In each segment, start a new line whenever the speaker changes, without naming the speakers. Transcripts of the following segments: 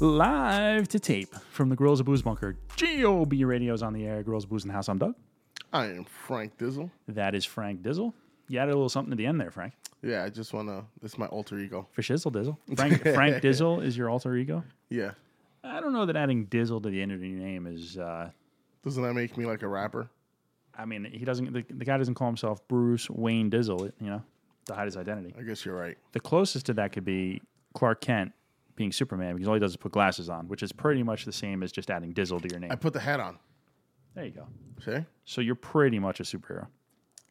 live to tape from the Girls of Booze Bunker. GOB Radio's on the air. Girls of Booze in the house. I'm Doug.
I am Frank Dizzle.
That is Frank Dizzle. You added a little something at the end there, Frank.
Yeah, I just want to. This is my alter ego.
For shizzle dizzle. Frank, Frank Dizzle is your alter ego.
Yeah.
I don't know that adding dizzle to the end of your name is. Uh,
Doesn't that make me like a rapper?
I mean, he doesn't. The, the guy doesn't call himself Bruce Wayne Dizzle. You know, to hide his identity.
I guess you're right.
The closest to that could be Clark Kent being Superman because all he does is put glasses on, which is pretty much the same as just adding dizzle to your name.
I put the hat on.
There you go.
See?
So you're pretty much a superhero.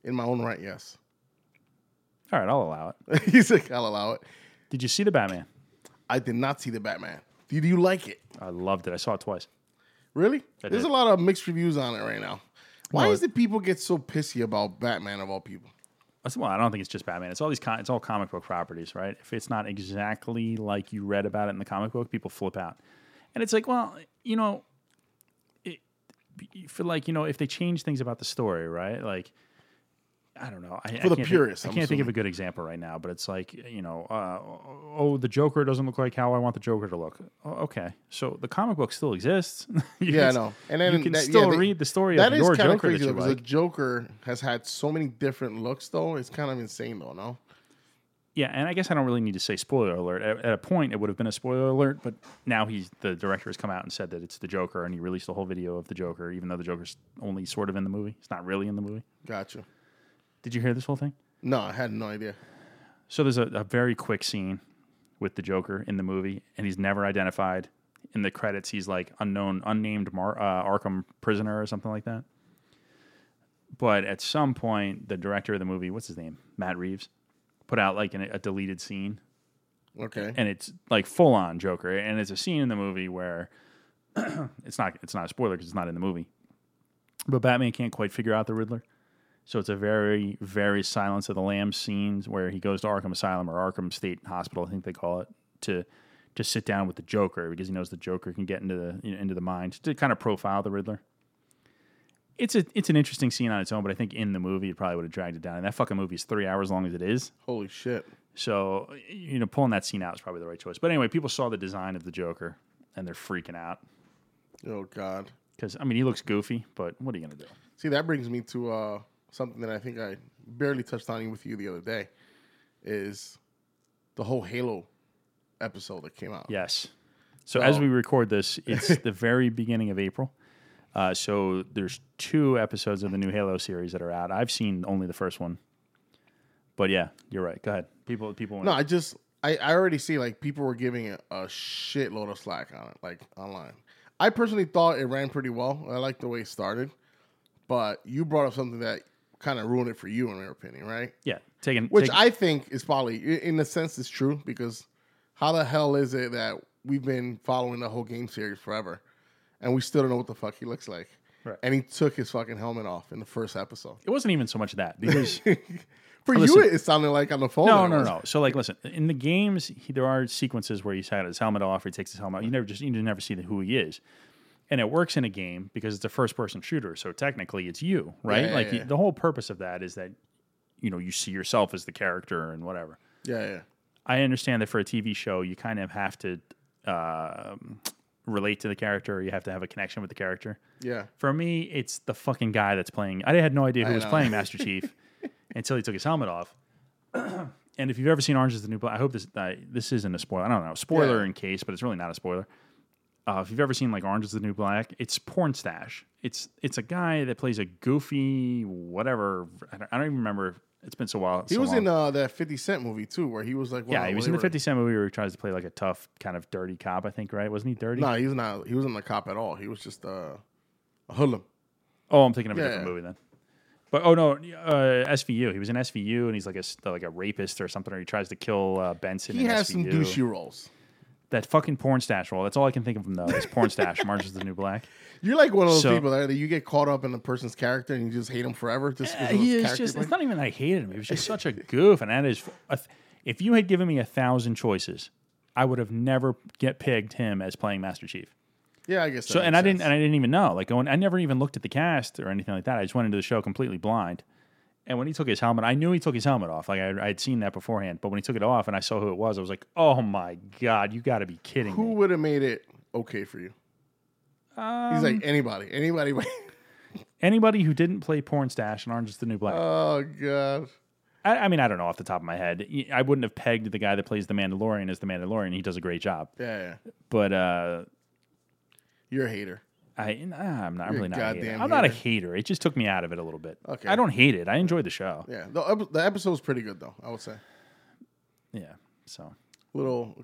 In my own right, yes.
All right, I'll allow it.
He's like, I'll allow it.
Did you see the Batman?
I did not see the Batman. Did you like it?
I loved it. I saw it twice.
Really?
I
There's
did.
a lot of mixed reviews on it right now. Why
Well,
is it people get so pissy about Batman of all people?
I said, Well, I don't think it's just Batman. It's all these. Con- it's all comic book properties, right? If it's not exactly like you read about it in the comic book, people flip out. And it's like, well, you know, it, for like you know, if they change things about the story, right? Like, I don't know. I, I
the
can't
purists,
think, I
I'm
can't think of
assuming.
a good example right now. But it's like you know, uh, oh, the Joker doesn't look like how I want the Joker to look. Oh, okay, so the comic book still exists. You
Yeah, I
can-
know. And then
you can
that- yeah,
still
they-
read the story
That
of
is
your
kind of
Joker
crazy
that
though,
you
because
like.
the Joker has had so many different looks though. It's kind of insane though, no?
Yeah, and I guess I don't really need to say spoiler alert. At, at a point, it would have been a spoiler alert, but now he's the director has come out and said that it's the Joker, and he released a whole video of the Joker, even though the Joker's only sort of in the movie. It's not really in the movie.
Gotcha.
Did you hear this whole thing?
No, I had no idea.
So there's a, a very quick scene with the Joker in the movie, and he's never identified. In the credits, he's like unknown, unnamed Mar- uh, Arkham prisoner or something like that. But at some point, the director of the movie, what's his name, Matt Reeves, put out like an, a deleted scene
Okay.
and it's like full on Joker, and it's a scene in the movie where it's not it's not a spoiler because it's not in the movie, but Batman can't quite figure out the Riddler, so it's a very very Silence of the Lambs scenes where he goes to Arkham Asylum or Arkham State Hospital, I think they call it, to to sit down with the Joker because he knows the Joker can get into the you know, into the mind to kind of profile the Riddler. It's a it's an interesting scene on its own, but I think in the movie it probably would have dragged it down. And that fucking movie is three hours long as it is.
Holy shit.
So you know, pulling that scene out is probably the right choice. But anyway, people saw the design of the Joker and they're freaking out
Oh god.
because I mean he looks goofy, but what are you gonna do?
See, that brings me to uh, something that I think I barely touched on with you the other day is the whole Halo episode that came out.
Yes. So as we record this, it's the very beginning of April. Uh, so there's two episodes of the new Halo series that are out. I've seen only the first one, but yeah, you're right. Go ahead. People, people.
No, I just I, I already see like people were giving it a shitload of slack on it, like online. I personally thought it ran pretty well. I liked the way it started, but you brought up something that kind of ruined it for you, in your opinion, right?
yeah, taking
Which
taking-
I think is probably, i- in a sense, is true because how the hell is it that we've been following the whole game series forever and we still don't know what the fuck he looks like?
Right.
And he took his fucking helmet off in the first episode.
it wasn't even so much that because
For
Listen.
you, it sounded like on the phone.
No,
it
no,
was.
no. So like, listen, in the games, he, there are sequences where he's had his helmet off, or he takes his helmet. off. You never just you never see who he is, and it works in a game because it's a first person shooter. So technically, it's you, right?
Yeah, yeah,
like
yeah.
the whole purpose of that is that you know you see yourself as the character and whatever.
Yeah, yeah.
I understand that for a TV show, you kind of have to um, relate to the character, or you have to have a connection with the character.
Yeah.
For me, it's the fucking guy that's playing. I had no idea who was
know.
playing Master Chief until he took his helmet off. and if you've ever seen Orange is the New Black, I hope this uh, this isn't a spoiler. I don't know, spoiler
Yeah.
in case, but it's really not a spoiler. Uh, if you've ever seen like Orange is the New Black, it's porn stash. It's it's a guy that plays a goofy whatever. I don't, I don't even remember. It's been so while.
He was in uh, that 50 Cent movie too, where he was like,
yeah, he was in the
whatever.
Fifty Cent movie where he tries to play like a tough kind of dirty cop. I think right? Wasn't he dirty?
No, he was not. He wasn't a cop at all. He was just uh, a hoodlum.
Oh, I'm thinking of a
Yeah,
different
yeah.
movie then. But oh no, uh, SVU. He was in SVU, and he's like a s- like a rapist or something, or he tries to kill uh, Benson.
He
in
has some
SVU.
douchey roles.
That fucking porn stash role. That's all I can think of him though. Is porn stash. Marge is the new black.
You're like one of those
So-
people that that you get caught up in a person's character and you just hate him forever. Just 'cause of
he
his
is
character
just.
play.
It's not even that I hated him. He was just such a goof, and that is. A th- if you had given me a thousand choices, I would have never get pigged him as playing Master Chief.
yeah, I guess. that
So and
makes
I didn't
sense.
and I didn't even know. Like going I never even looked at the cast or anything like that. I just went into the show completely blind. And when he took his helmet, I knew he took his helmet off. Like I, I had seen that beforehand. But when he took it off and I saw who it was, I was like, "Oh my god, you got to be kidding
Who
me!"
would have made it okay for you?
Um,
He's like anybody, anybody.
anybody who didn't play porn stash and Orange is the New Black.
oh god.
I, I mean, I don't know off the top of my head. Y- I wouldn't have pegged the guy that plays the Mandalorian as the Mandalorian. He does a great job,
Yeah, yeah.
but uh,
You're a hater.
I nah, I'm not. I'm
You're
really
a
not. A hater.
goddamn
I'm not a hater. It just took me out of it a little bit.
Okay.
I don't hate it. I enjoyed the show.
Yeah. The, ep- the episode was pretty good though. I would say.
Yeah. So
Little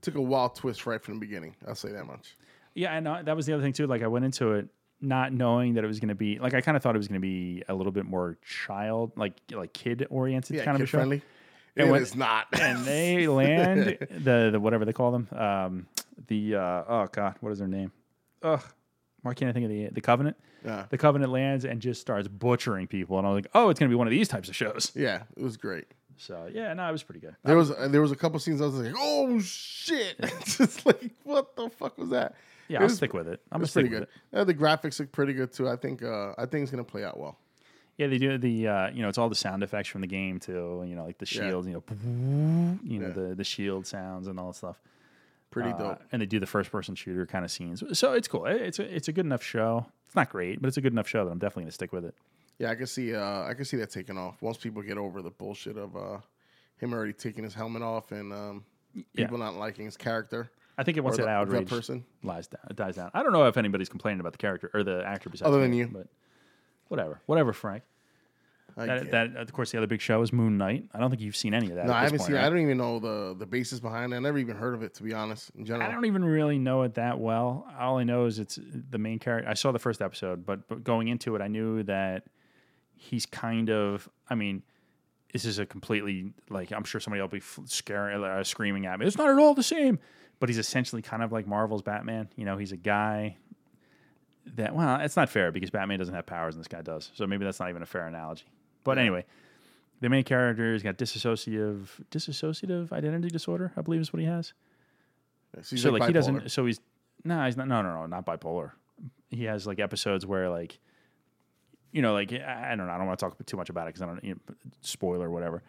took a wild twist right from the beginning. I'll say that much.
yeah, I know that was the other thing too. Like I went into it not knowing that it was going to be like I kind of thought it was going to be a little bit more child like like kid oriented
Yeah,
kind of a
kid
show.
friendly.
And
And
when-
it's not.
and they land the, the whatever they call them. Um, the uh, oh god, what is their name? Ugh, why can't I think of the the Covenant?
Yeah.
The Covenant lands and just starts butchering people, and I was like, oh, it's gonna be one of these types of shows.
yeah, it was great.
So yeah, no, it was pretty good.
There was uh, there was a couple scenes I was like, oh shit! Just like what the fuck was that?
Yeah,
It
I'll
was-
stick with it. I'm gonna
It's
stick
pretty
with
good.
it.
Uh, the graphics look pretty good too. I think uh, I think it's gonna play out well.
Yeah, they do the uh, you know it's all the sound effects from the game too. You know, like the
Yeah.
shields, you know, you know
Yeah.
the the shield sounds and all that stuff.
Pretty
Uh,
dope.
And they do the first person shooter kind of scenes. So it's cool. It- It's a, it's a good enough show. It's not great, but it's a good enough show that I'm definitely gonna stick with it.
Yeah, I can see uh, I can see that taking off once people get over the bullshit of uh, him already taking his helmet off and um,
Yeah.
people not liking his character
I think it once
or
that
the- the,
outrage
person.
lies down, it dies down. I don't know if anybody's complaining about the character or the actor besides
Other than
me,
you.
but whatever, whatever, Frank.
I
That,
get-
that of course the other big show is Moon Knight. I don't think you've seen any of that.
no,
at
I
this
haven't
point,
seen. it.
right?
I don't even know the the basis behind it. I never even heard of it to be honest. In general,
I don't even really know it that well. All I know is it's the main character. I saw the first episode, but, but going into it, I knew that he's kind of. I mean, this is a completely like I'm sure somebody will be f- scaring, uh, screaming at me. It's not at all the same. But he's essentially kind of like Marvel's Batman. You know, he's a guy that well, it's not fair because Batman doesn't have powers and this guy does. So maybe that's not even a fair analogy. But anyway, the main character has got dissociative dissociative identity disorder. I believe is what he has
So, he's,
so like, he
bipolar.
doesn't. So he's no, he's not. No, no, no, not bipolar. He has like episodes where like, you know, like I I don't know. I don't want to talk too much about it because I don't you know, spoiler whatever.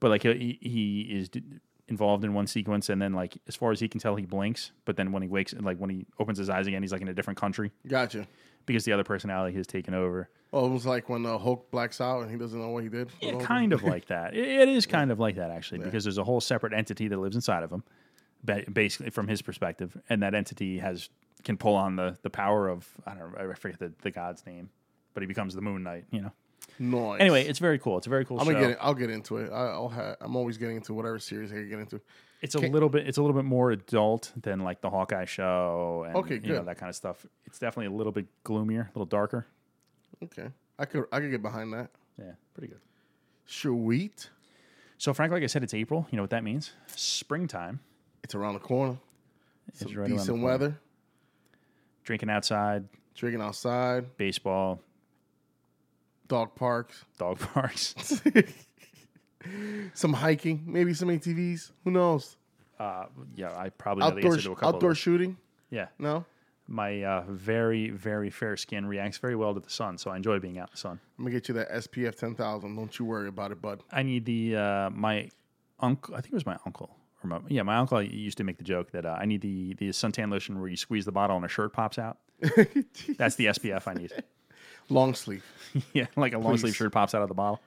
But like he he is d- involved in one sequence and then like as far as he can tell he blinks, but then when he wakes like when he opens his eyes again he's like in a different country
Gotcha.
because the other personality has taken over.
Almost like when uh, Hulk blacks out and he doesn't know what he did. Oh,
Yeah, kind of like that. It- it is kind of like that actually, because there's a whole separate entity that lives inside of him, ba- basically from his perspective, and that entity has can pull on the the power of I don't know, I forget the, the god's name, but he becomes the Moon Knight. You know.
noise.
Anyway, it's very cool. It's a very cool
I'm
show.
gonna get. It, I'll get into it. I, I'll. Ha- I'm always getting into whatever series I can get into.
It's a little bit. It's a little bit more adult than like the Hawkeye show and
Okay,
you know
good.
that kind of stuff. It's definitely a little bit gloomier, a little darker.
Okay, I could. I could get behind that.
Yeah, pretty good.
Sweet.
So, Frank, like I said, it's April. You know what that means? Springtime.
It's around the corner.
It's
Some
right around the
decent
corner.
weather.
Drinking outside,
Drinking outside.
baseball,
Dog parks.
dog parks.
Some hiking. Maybe some ATVs. Who knows?
Uh, yeah, I probably know the
Outdoor.
answer to a couple.
Outdoor
Of those.
shooting.
Yeah,
No.
my uh, very very fair skin reacts very well to the sun, so I enjoy being out in the sun.
I'm gonna get you that SPF 10,000. Don't you worry about it, bud.
I need the uh, my uncle. I think it was my uncle. Or my, yeah, my uncle used to make the joke that uh, I need the the suntan lotion where you squeeze the bottle and a shirt pops out. That's the SPF I need.
Long sleeve.
yeah, like a long sleeve
Please.
shirt pops out of the bottle,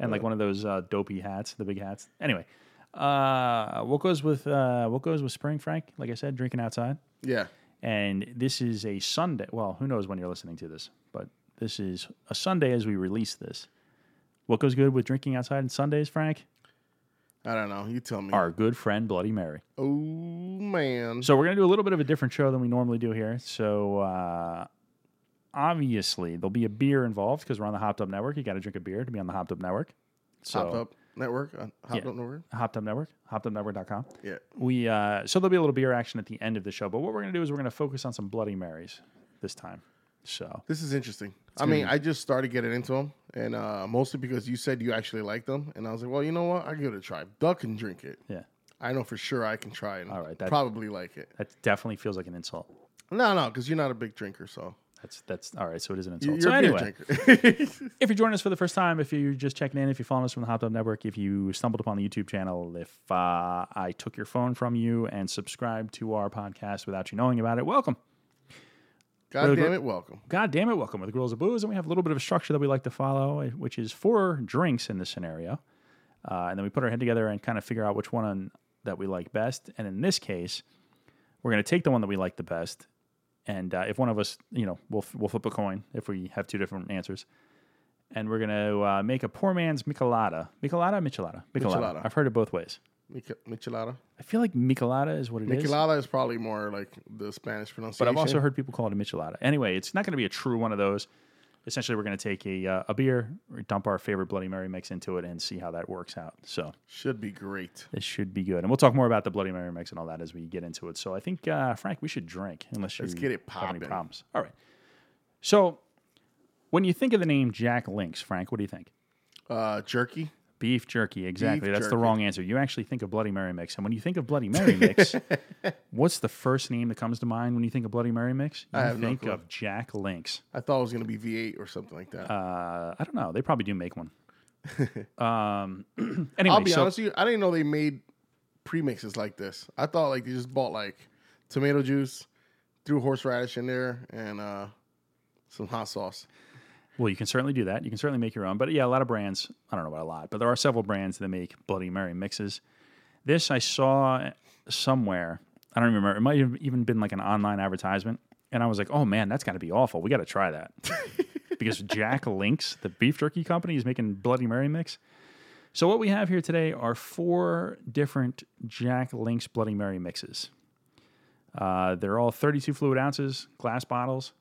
and like one of those uh, dopey hats, the big hats. Anyway, uh, what goes with uh, what goes with spring, Frank? Like I said, drinking outside.
Yeah.
And this is a Sunday. Well, who knows when you're listening to this, but this is a Sunday as we release this. What goes good with drinking outside on Sundays, Frank?
I don't know. You tell me.
Our good friend Bloody Mary.
Oh man.
So we're gonna do a little bit of a different show than we normally do here. So uh, obviously there'll be a beer involved because we're on the Hopped Up Network. You got to drink a beer to be on the Hopped Up Network. So
Hopped up network. Uh, hopped
Yeah.
up network.
Hopped Up Network, hoppedupnetwork.com.
Yeah.
We uh, so there'll be a little beer action at the end of the show. But what we're gonna do is we're gonna focus on some Bloody Marys this time. So
This is interesting. I mean, I just started getting into them, and uh, mostly because you said you actually like them, and I was like, well, you know what? I give it a try. Duck can drink it.
yeah.
I know for sure I can try it. And
All right, that-
probably like it.
That definitely feels like an insult.
No, no, because you're not a big drinker, so
That's that's all right. So it is an
You-
insult.
You're
so
a
anyway,
beer drinker.
if you're joining us for the first time, if you're just checking in, if you're following us from the Hopped Up Network, if you stumbled upon the YouTube channel, if uh, I took your phone from you and subscribed to our podcast without you knowing about it, welcome.
God
Really
damn
good.
it, welcome.
God damn it, welcome with the Girls of Booze. And we have a little bit of a structure that we like to follow, eh, which is four drinks in this scenario. Uh, and then we put our head together and kind of figure out which one on, that we like best. And in this case, we're going to take the one that we like the best. And uh, if one of us, you know, we'll, we'll flip a coin if we have two different answers. And we're going to uh, make a poor man's Michelada. Michelada, Michelada? Michelada.
Michelada.
I've heard it both ways.
Mich- Michelada.
I feel like Michelada is what it is.
Michelada is probably more like the Spanish pronunciation.
But I've also heard people call it a michelada. Anyway, it's not going to be a true one of those. Essentially, we're going to take a uh, a beer, or dump our favorite Bloody Mary mix into it, and see how that works out. So
should be great.
this should be good, and we'll talk more about the Bloody Mary mix and all that as we get into it. So I think uh, Frank, we should drink unless you
Let's get it
have any
poppin'.
problems. All right. So when you think of the name Jack Links, Frank, what do you think?
Uh, jerky.
Beef jerky, exactly.
Beef
That's the
jerky.
wrong answer. You actually think of Bloody Mary mix, and when you think of Bloody Mary mix, what's the first name that comes to mind when you think of Bloody Mary mix? You
I have no
think
clue.
of Jack Links.
I thought it was gonna be V8 or something like that.
Uh, I don't know. They probably do make one. um, anyway,
I'll be
so
honest with you, I didn't know they made premixes like this. I thought like they just bought like tomato juice, threw horseradish in there, and uh, some hot sauce.
well, you can certainly do that. You can certainly make your own. But yeah, a lot of brands. I don't know about a lot, but there are several brands that make Bloody Mary mixes. This I saw somewhere. I don't even remember. It might have even been like an online advertisement, and I was like, "Oh man, that's got to be awful. We got to try that." because Jack Links, the beef jerky company, is making Bloody Mary mix. So what we have here today are four different Jack Links Bloody Mary mixes. Uh, they're all 32 fluid ounces, glass bottles,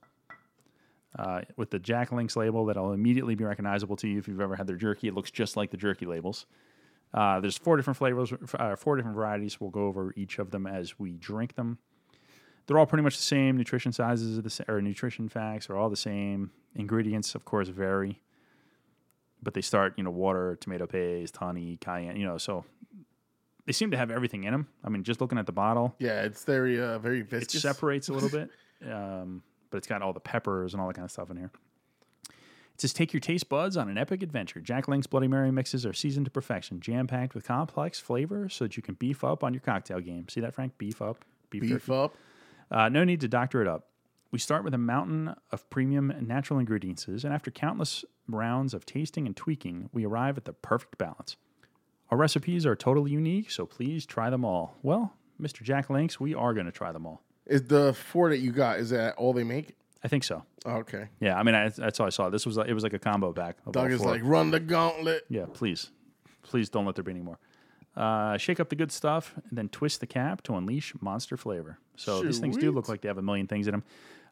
uh, with the Jack Links label that'll immediately be recognizable to you if you've ever had their jerky. It looks just like the jerky labels. Uh, there's four different flavors, uh, four different varieties. We'll go over each of them as we drink them. They're all pretty much the same. Nutrition sizes are the same, or nutrition facts are all the same. Ingredients, of course, vary, but they start, you know, water, tomato paste, honey, cayenne, you know, so they seem to have everything in them. I mean, just looking at the bottle,
Yeah, it's very uh, very
it
viscous.
separates a little bit, um, but it's got all the peppers and all that kind of stuff in here. It says, "Take your taste buds on an epic adventure. Jack Link's Bloody Mary mixes are seasoned to perfection, jam packed with complex flavor, so that you can beef up on your cocktail game. See that, Frank? Beef up, beef, jerky.
Beef up.
Uh, no need to doctor it up. We start with a mountain of premium natural ingredients, and after countless rounds of tasting and tweaking, we arrive at the perfect balance. Our recipes are totally unique, so please try them all. Well, Mr. Jack Links, we are going to try them all.
Is the four that you got? Is that all they make? Oh,
I think so.
Okay.
Yeah, I mean, I, that's all I saw. This was like, it was like a combo pack. Of
Doug
all
is
four.
like run the gauntlet.
yeah, please, please don't let there be any more. Uh, shake up the good stuff, and then twist the cap to unleash monster flavor. So these things do look
Sweet.
like they have a million things in them.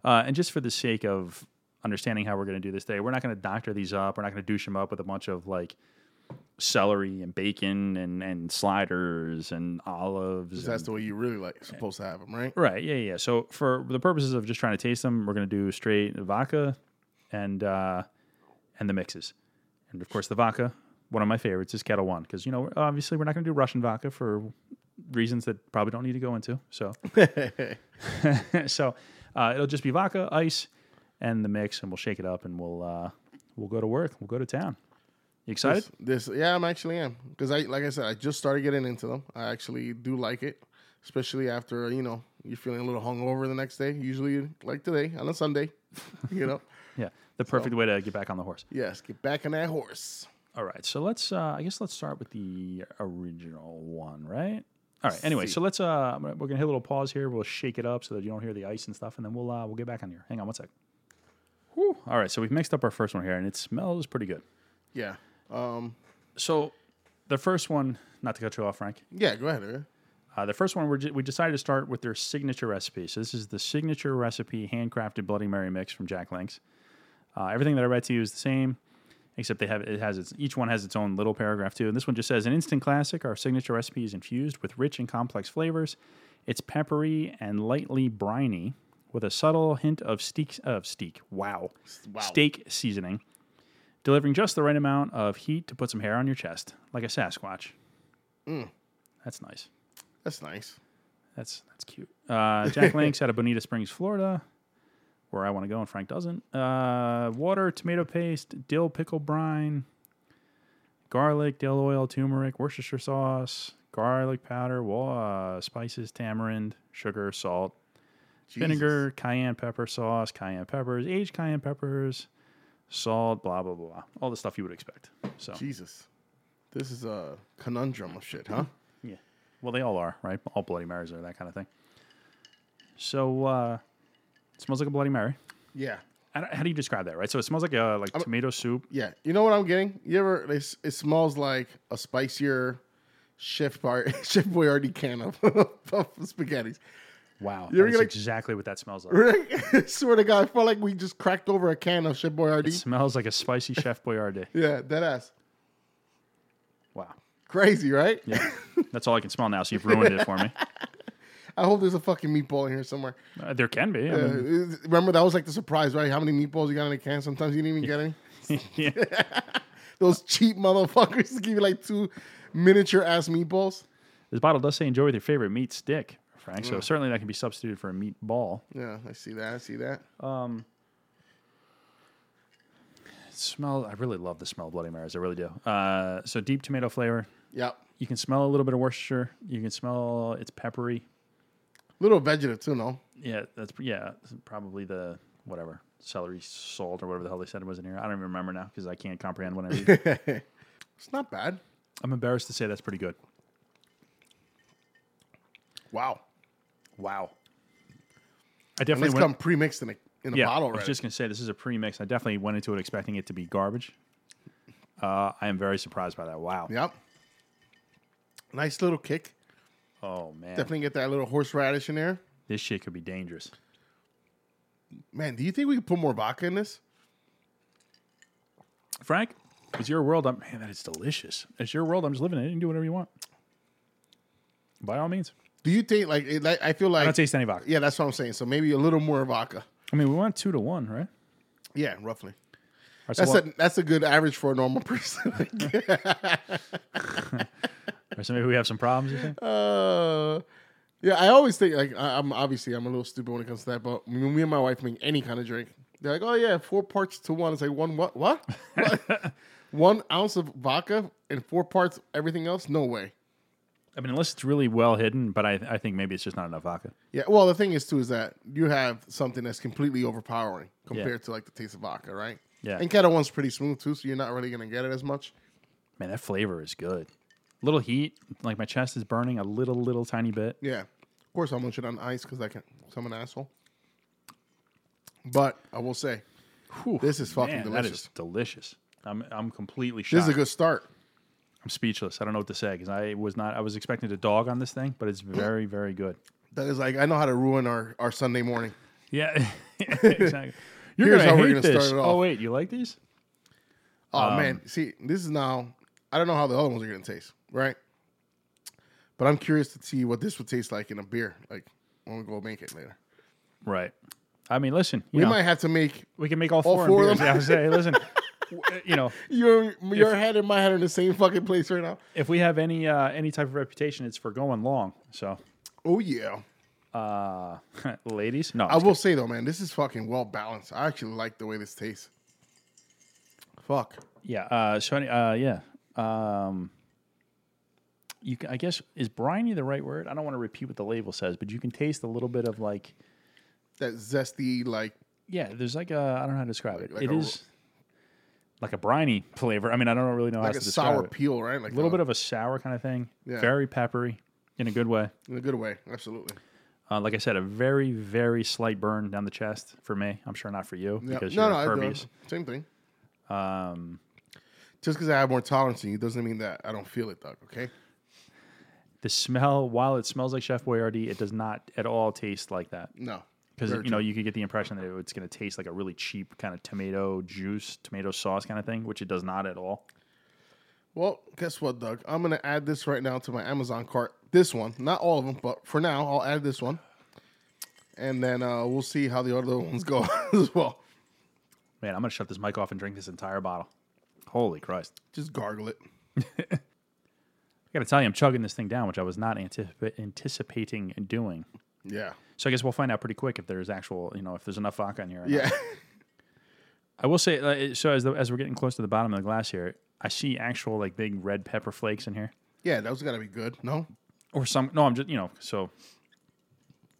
Uh, and just for the sake of understanding how we're going to do this day, we're not going to doctor these up. We're not going to douche them up with a bunch of like celery and bacon and and sliders and olives.
'Cause
and-
That's the way you really like supposed to have them, right?
Right. Yeah. Yeah. So for the purposes of just trying to taste them, we're going to do straight vodka and uh, and the mixes, and of course the vodka. One of my favorites is Kettle One because you know obviously we're not going to do Russian vodka for reasons that probably don't need to go into. So so uh, it'll just be vodka, ice, and the mix, and we'll shake it up and we'll uh, we'll go to work. We'll go to town. You excited?
This, this- yeah, I'm actually am because I like I said I just started getting into them. I actually do like it, especially after you know you're feeling a little hungover the next day. Usually like today on a Sunday, you know.
Yeah. The perfect way to get back on the horse.
Yes, get back on that horse.
All right, so let's. Uh, I guess let's start with the original one, right? All right. Anyway, so let's. Uh, I'm gonna- we're gonna hit a little pause here. We'll shake it up so that you don't hear the ice and stuff, and then we'll uh, we'll get back on here. Hang on one sec. Whew. All right, so we've mixed up our first one here, and it smells pretty good.
Yeah. Um.
So, the first one, not to cut you off, Frank.
Yeah. Go ahead. Eric.
Uh, the first one, we're ju- we decided to start with their signature recipe. So this is the signature recipe, handcrafted Bloody Mary mix from Jack Links. Uh, everything that I read to you is the same, except they have it has its each one has its own little paragraph too. And this one just says an instant classic. Our signature recipe is infused with rich and complex flavors. It's peppery and lightly briny, with a subtle hint of steak of steak. Wow,
wow.
steak seasoning, delivering just the right amount of heat to put some hair on your chest, like a Sasquatch. That's nice.
That's nice.
That's that's cute. Uh, Jack Links out of Bonita Springs, Florida. where I want to go, and Frank doesn't. Uh, water, tomato paste, dill pickle brine, garlic, dill oil, turmeric, Worcestershire sauce, garlic powder, wa- uh, spices, tamarind, sugar, salt,
Jesus.
vinegar, cayenne pepper sauce, cayenne peppers, aged cayenne peppers, salt, blah blah blah, blah. all the stuff you would expect. So
Jesus. This is a conundrum of shit, huh?
yeah, well they all are right. All Bloody Marys are that kind of thing. So uh, it smells like a Bloody Mary.
Yeah.
I don't- How do you describe that? Right. So it smells like a like tomato soup.
Yeah. You know what I'm getting? You ever it, s- it smells like a spicier Chef Bar Chef Boyardee can of, of spaghettis.
Wow,
You're
that's
gonna-
exactly what that smells like.
Right? Swear to God, I felt like we just cracked over a can of Chef Boyardee.
It smells like a spicy Chef Boyardee.
yeah, that ass.
Wow,
Crazy, right?
that's all I can smell now. So you've ruined it for me.
I hope there's a fucking meatball in here somewhere.
Uh, there can be. I
Uh,
mean,
remember that was like the surprise, right? How many meatballs you got in a can? Sometimes you didn't even get any.
yeah.
Those cheap motherfuckers give you like two miniature ass meatballs.
This bottle does say enjoy with your favorite meat stick, Frank. So certainly that can be substituted for a meatball.
Yeah, I see that. I see that.
It smell. I really love the smell of Bloody Marys. I really do. Uh, so deep tomato flavor.
Yep.
You can smell a little bit of Worcestershire. You can smell it's peppery.
Little vegetative too, no?
Yeah, that's yeah. Probably the whatever celery salt or whatever the hell they said it was in here. I don't even remember now because I can't comprehend what I read.
It's not bad.
I'm embarrassed to say that's pretty good.
Wow.
Wow. I
And
definitely
it's
went,
come pre-mixed in a in a
yeah,
bottle
I was
already.
just gonna say this is a pre-mix. I definitely went into it expecting it to be garbage. Uh, I am very surprised by that. Wow.
Yep. Nice little kick.
Oh man,
Definitely get that little horseradish in there.
this shit could be dangerous.
Man, do you think we could put more vodka in this?
Frank, it's your world. I'm, man, that is delicious. It's your world. I'm just living in it. You can do whatever you want. By all means,
Do you think like, it, like I feel
I
like
don't taste any vodka.
yeah, that's what I'm saying. So maybe a little more vodka.
I mean, we went two to one, right? All
Yeah, roughly.
right, so
That's
we'll-
a that's a good average for a normal person.
all right, so maybe we have some problems. You think?
uh, yeah, I always think like I, I'm obviously I'm a little stupid when it comes to that, but when me and my wife make any kind of drink, they're like, oh yeah, four parts to one. It's like one what what? What? one ounce of vodka and four parts everything else? No way.
I mean, unless it's really well hidden, but I, I think maybe it's just not enough vodka.
Yeah. Well, the thing is too is that you have something that's completely overpowering compared to like the taste of vodka, right?
Yeah.
And Ketel one's pretty smooth too, so you're not really gonna get it as much.
Man, that flavor is good. Little heat, like my chest is burning a little, little tiny bit.
Yeah. Of course, I want it on ice because I can. i I'm an asshole. But I will say,
Whew,
This is fucking
man, That
delicious.
is delicious. I'm, I'm completely
this
shocked.
is a good start.
I'm speechless. I don't know what to say because I was not. I was expecting a dog on this thing, but it's very, very good.
That is like I know how to ruin our, our Sunday morning.
Yeah, exactly. You're
Here's
gonna
how
hate
we're gonna
this.
start it
Oh
off.
wait, you like these?
Oh
Um,
man, see, this is now. I don't know how the other ones are gonna taste, right? But I'm curious to see what this would taste like in a beer. Like when we go make it later,
Right. I mean, listen. You
we
know,
might have to make
we can make all four,
four
of
of
them.
them?
Yeah, I say, listen. w- you know,
your your head and my head in the same fucking place right now.
if we have any uh, any type of reputation, it's for going long. So,
Oh yeah,
uh, ladies, no,
I will say though, man, this is fucking well balanced. I actually like the way this tastes. Fuck.
yeah. Uh, so, any, uh, yeah. Um, you, can, I guess, is briny the right word? I don't want to repeat what the label says, but you can taste a little bit of like,
that zesty like
yeah. There's like a, I don't know how to describe it.
like
It
a-
is like a briny flavor. I mean, I don't really know how
like
to
a
describe
sour
it.
peel, right? Like uh,
a little bit of a sour kind of thing.
Yeah.
Very peppery in a good way.
in a good way, absolutely.
Uh, like I said, a very, very slight burn down the chest for me. I'm sure not for you
Yeah.
because
No,
you're Um,
no, I do.
Hermes.
Same thing. Um, just because I have more tolerance than you doesn't mean that I don't feel it, Doug. Okay.
The smell, while it smells like Chef Boyardee, it does not at all taste like that.
No.
Because
Very
you know you could get the impression that it's going to taste like a really cheap kind of tomato juice, tomato sauce kind of thing, which it does not at all.
Well, guess what, Doug? I'm gonna add this right now to my Amazon cart. This one, not all of them, but for now, I'll add this one, and then uh, we'll see how the other ones go as well.
Man, I'm going to shut this mic off and drink this entire bottle. Holy Christ!
Just gargle it.
I got to tell you, I'm chugging this thing down, which I was not anticipa- anticipating doing.
Yeah.
So I guess we'll find out pretty quick if there's actual, you know, if there's enough vodka in here. or not.
Yeah.
I will say, uh, so as the, as we're getting close to the bottom of the glass here, I see actual like big red pepper flakes in here,
yeah, that was got to be good. No?
or some. No, I'm just you know, so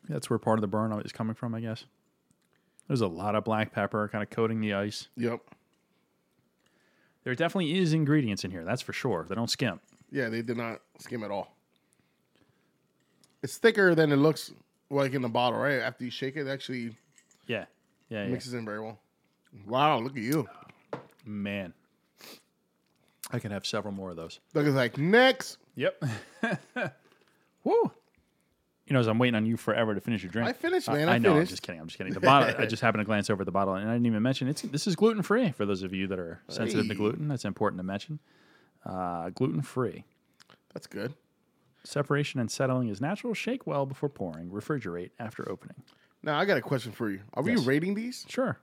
that's where part of the burn is coming from, I guess. There's a lot of black pepper kind of coating the ice.
Yep.
There definitely is ingredients in here, that's for sure. They don't skimp.
Yeah, they did not skim at all. It's thicker than it looks like in the bottle, right? After you shake it, it actually
Yeah, yeah, yeah.
mixes in very well. Wow, look at you.
man. I could have several more of those.
Look, it's like, next.
Yep. Woo. You know, as I'm waiting on you forever to finish your drink.
I finished, man. I
know. I'm
finished.
just kidding. I'm just kidding. The bottle. I just happened to glance over the bottle, and I didn't even mention it's. This is gluten free for those of you that are sensitive to
Hey.
gluten. That's important to mention. Uh, gluten free.
That's good.
Separation and settling is natural. Shake well before pouring. Refrigerate after opening.
Now, I got a question for you. Are
Yes.
we rating these?
Sure.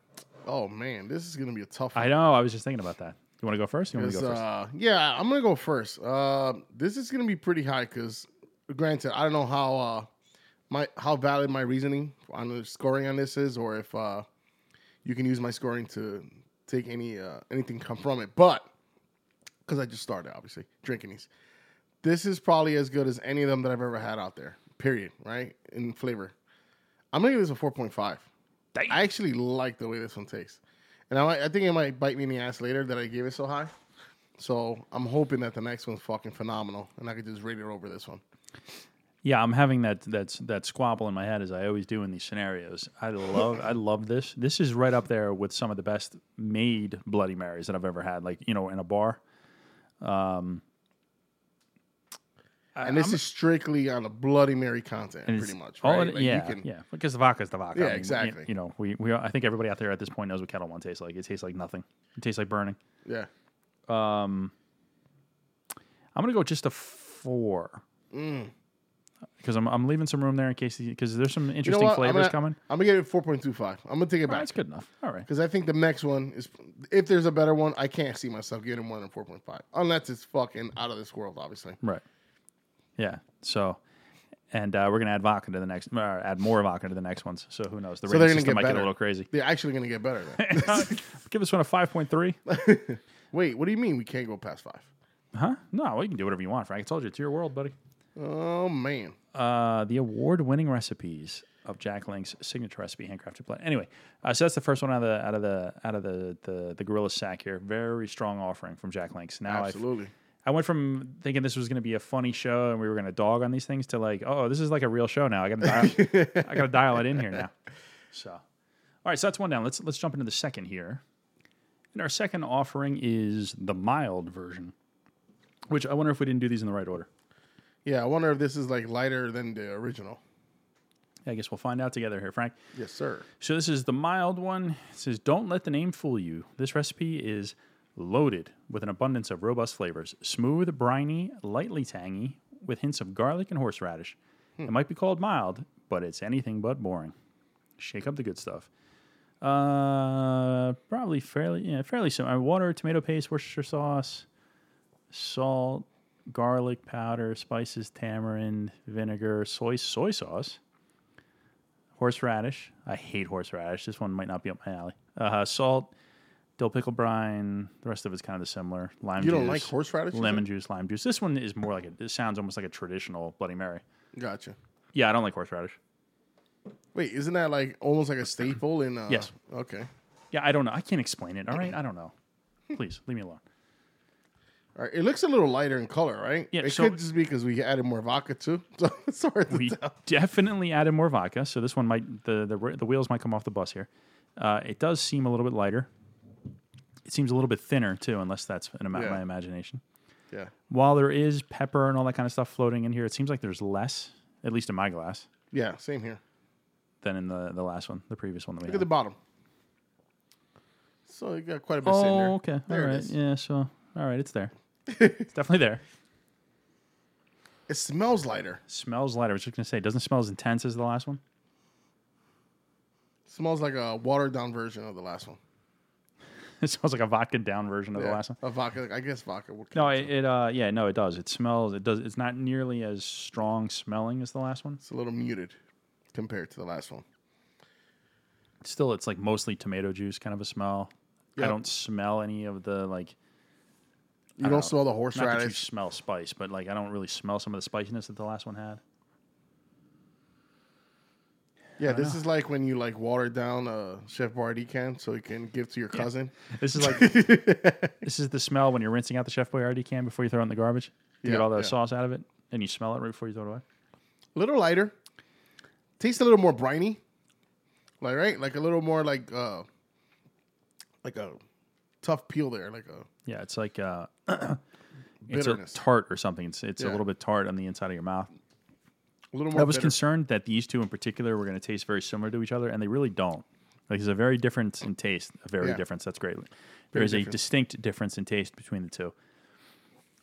Oh, man, this is going to be a tough one.
I know. I was just thinking about that. You want to go first? You want me
'Cause,
to go first?
uh, yeah, I'm gonna go first. Uh, this is gonna be pretty high because, granted, I don't know how uh, my how valid my reasoning on the scoring on this is, or if uh, you can use my scoring to take any uh, anything come from it. But because I just started, obviously drinking these, this is probably as good as any of them that I've ever had out there. Period. Right in flavor, I'm gonna give this a 4.5.
Dang.
I actually like the way this one tastes. And I, might- I think it might bite me in the ass later that I gave it so high. So I'm hoping that the next one's fucking phenomenal and I could just rate it over this one.
Yeah, I'm having that that's that squabble in my head as I always do in these scenarios. I love I love this. This is right up there with some of the best made Bloody Marys that I've ever had. Like you know, in a bar. Um, I-
And this
I'm-
is strictly on the Bloody Mary content,
and
pretty
it's
much.
all
Right?
in-
Like, you
yeah,
can-
yeah, because the vodka's the vodka.
Yeah,
I mean, you-
exactly.
You, know, we we I think everybody out there at this point knows what Kettle One tastes like. It tastes like nothing. It tastes like burning.
yeah.
I'm gonna go just a four.
Mm.
Because I'm, I'm leaving some room there in case because there's some
You know
interesting
what?
flavors
I'm gonna,
coming.
I'm gonna give it 4.25. I'm gonna take it
All right,
back
that's good enough. All right.
because I think the next one is, if there's a better one, I can't see myself getting more than 4.5 unless it's fucking out of this world, obviously.
Right. Yeah. So, and uh, we're gonna add vodka to the next, or add more vodka to the next ones. So who knows? The
So
rating
they're gonna
system
get
might get
better.
a little crazy.
They're actually gonna get better. Then.
Give this one a five point three,
Wait, what do you mean we can't go past five?
huh? No, well, you can do whatever you want, Frank. I told you it's your world, buddy.
Oh man.
Uh, the award-winning recipes of Jack Link's signature recipe, handcrafted blend. Anyway, uh, so that's the first one out of the out of the out of the the, the gorilla sack here. Very strong offering from Jack Link's. Now I've
Absolutely.
I went from thinking this was going to be a funny show and we were going to dog on these things to like, oh, this is like a real show now. I got to dial, I got to dial it in here now. So, all right, so that's one down. Let's let's jump into the second here. And our second offering is the mild version, which I wonder if we didn't do these in the right order.
Yeah, I wonder if this is like lighter than the original.
I guess we'll find out together here, Frank.
Yes, sir.
So this is the mild one. It says, "Don't let the name fool you. This recipe is loaded with an abundance of robust flavors: smooth, briny, lightly tangy, with hints of garlic and horseradish. It might be called mild, but it's anything but boring. Shake up the good stuff. Uh, probably fairly, yeah, fairly similar. Water, tomato paste, Worcestershire sauce, salt." Garlic powder, spices, tamarind, vinegar, soy soy sauce, horseradish. I hate horseradish. This one might not be up my alley. Uh, salt, dill pickle brine. The rest of it's kind of similar. Lime
You
juice,
don't like horseradish? you
lemon juice, lime juice. This one is more like a. It sounds almost like a traditional Bloody Mary.
said? Gotcha.
Yeah, I don't like horseradish.
Wait, isn't that like almost like a staple in? Uh,
Yes.
Okay.
Yeah, I don't know. I can't explain it. All right, I don't know. Please leave me alone.
All right. It looks a little lighter in color, right?
Yeah,
It
so-
could just be because we added more vodka too. So it's hard to
We
tell.
definitely added more vodka, so this one might the the, the wheels might come off the bus here. Uh, it does seem a little bit lighter. It seems a little bit thinner too, unless that's an amount
Yeah.
my imagination.
Yeah.
While there is pepper and all that kind of stuff floating in here, it seems like there's less, at least in my glass,
Yeah. Same here.
than in the, the last one, the previous one that we
Look at
had.
the bottom. So you got quite a bit in there.
oh, okay.
There
all
it
right.
is.
Yeah, so all right, it's there. it's definitely there.
It smells lighter.
Smells lighter. I was just gonna say, doesn't smell as intense as the last one.
It smells like a watered down version of the last one.
it smells like a vodka down version of
Yeah.
the last one.
A vodka. I guess vodka. Would
No,
count.
it, it uh yeah, no, it does. It smells it does it's not nearly as strong smelling as the last one.
It's a little muted. compared to the last one.
Still, it's like mostly tomato juice kind of a smell. I
Yep.
don't smell any of the like.
You
don't know.
don't smell the
Not that you
horseradish.
smell spice, but like I don't really smell some of the spiciness that the last one had.
Yeah, this is like when you like water down a Chef Boyardee can so you can give to your cousin.
This is like this is the smell when you're rinsing out the Chef Boyardee can before you throw it in the garbage. You
Yeah,
get all the
yeah.
sauce out of it, and you smell it right before you throw it away.
A little lighter. Tastes a little more briny. Like right, like a little more like uh, like a tough peel there, like a
Yeah, it's like uh, it's a
bitterness,
tart or something. It's it's a
Yeah.
little bit tart on the inside of your mouth.
a little more.
I was
bitter.
concerned that these two in particular were going to taste very similar to each other, and they really don't. Like there's a very difference in taste, a very
Yeah.
difference. That's great. There is a
different.
distinct difference in taste between the two.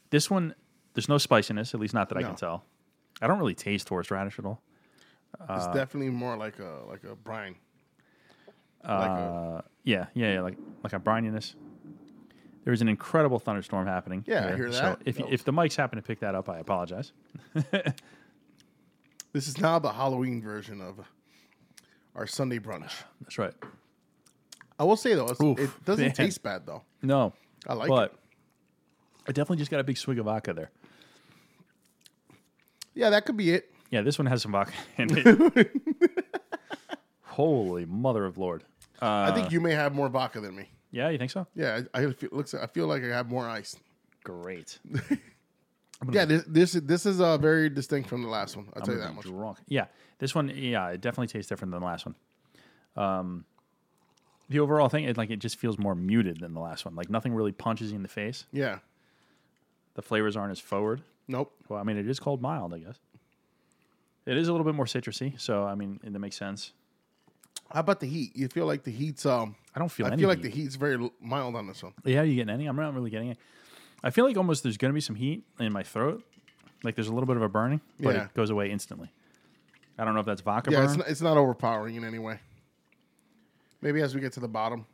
This one, there's no spiciness, at least not that I
No.
can tell. I don't really taste horseradish at all.
it's definitely more like a like a brine. like a,
Uh, yeah, yeah, yeah, like like a brininess. There was an incredible thunderstorm happening.
Yeah, I
here,
hear
So
that. Oh.
if
That was-
if the mics happen to pick that up, I apologize.
this is now the Halloween version of our Sunday brunch.
That's right.
I will say though, it's,
Oof,
it doesn't
man.
taste bad though.
No,
I like
but
it.
I definitely just got a big swig of vodka there.
Yeah, that could be it.
Yeah, this one has some vodka in it. Holy mother of Lord!
I
Uh,
think you may have more vodka than me.
Yeah, you think so?
Yeah, I, I feel, looks. I feel like I have more ice.
Great.
Yeah, this this, this is uh, very distinct from the last one. I'll tell you that much.
drunk. Yeah, this one. Yeah, it definitely tastes different than the last one. Um, the overall thing, it like it just feels more muted than the last one. Like nothing really punches you in the face.
Yeah.
The flavors aren't as forward.
Nope.
Well, I mean, it is called mild, I guess. It is a little bit more citrusy, so I mean, it, that makes sense.
How about the heat? You feel like the heat's um.
I don't feel.
I
any
feel like
heat.
the heat's very l- mild on this one.
Yeah, you getting any? I'm not really getting it. I feel like almost there's going to be some heat in my throat. Like there's a little bit of a burning, but
Yeah.
it goes away instantly. I don't know if that's vodka
Yeah,
burn.
it's not, it's not overpowering in any way. Maybe as we get to the bottom.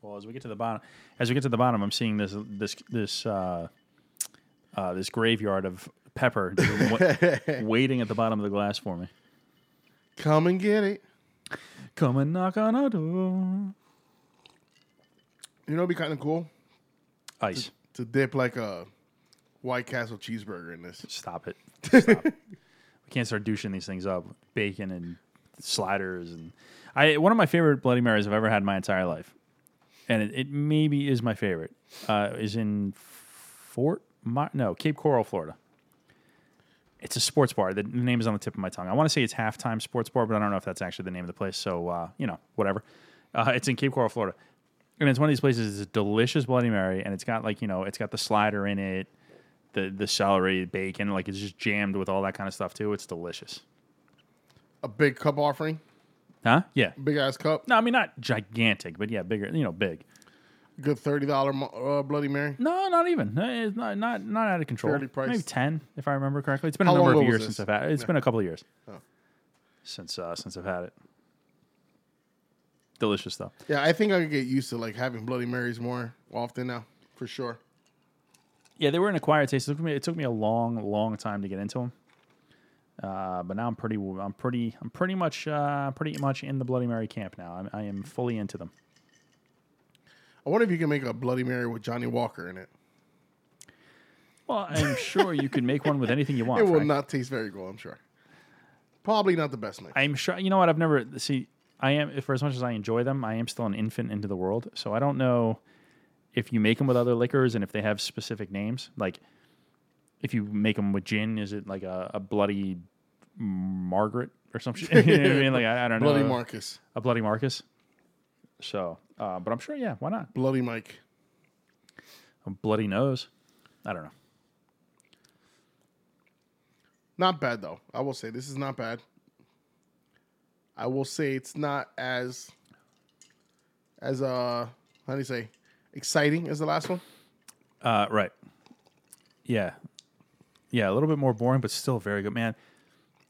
well, as we get to the bottom, as we get to the bottom, I'm seeing this this this uh, uh, this graveyard of pepper just wa- waiting at the bottom of the glass for me.
Come and get it.
Come and knock on our door.
You know, it'd be kind of cool
Ice.
to dip like a White Castle cheeseburger in this.
Stop it. Stop it. We can't start douching these things up. Bacon and sliders and I one of my favorite Bloody Marys I've ever had in my entire life, and it, it maybe is my favorite. Uh, is in Fort Mo- no Cape Coral, Florida. It's a sports bar. The the name is on the tip of my tongue. I want to say it's Halftime Sports Bar, but I don't know if that's actually the name of the place. So uh, you know, whatever. Uh, it's in Cape Coral, Florida, and it's one of these places. It's a delicious Bloody Mary, and it's got like you know, it's got the slider in it the the celery, bacon, like it's just jammed with all that kind of stuff too. It's delicious.
A big cup offering,
Huh? Yeah.
big ass cup.
No, I mean not gigantic, but yeah, bigger. You know, big.
Good thirty dollar uh, Bloody Mary.
No, not even. No, It's not not not out of control.
Fairly priced.
Maybe ten, if I remember correctly. It's been
How
a number
long
of
ago
years since
was this?
I've had. it. It's been a couple of years
Oh.
since uh, since I've had it. Delicious though.
Yeah, I think I could get used to like having Bloody Marys more often now, for sure.
Yeah, they were an acquired taste. It took me it took me a long, long time to get into them. Uh, but now I'm pretty, I'm pretty, I'm pretty much, uh, pretty much in the Bloody Mary camp now. I'm, I am fully into them.
I wonder if you can make a Bloody Mary with Johnny Walker in it.
Well, I'm sure you could make one with anything you want.
It will
Frank.
not taste very good, I'm sure. Probably not the best mix.
I'm sure. You know what? I've never see. I am for as much as I enjoy them, I am still an infant into the world. So I don't know if you make them with other liquors and if they have specific names. Like if you make them with gin, is it like a, a bloody Margaret or some shit? you know what I mean? Like I, I don't
Bloody
know.
Marcus,
a bloody Marcus. So, uh, but I'm sure. Yeah, why not?
Bloody Mike.
A bloody nose. I don't know.
Not bad though. I will say this is not bad. I will say it's not as as uh how do you say exciting as the last one.
Uh, right. Yeah. Yeah, a little bit more boring, but still very good. Man,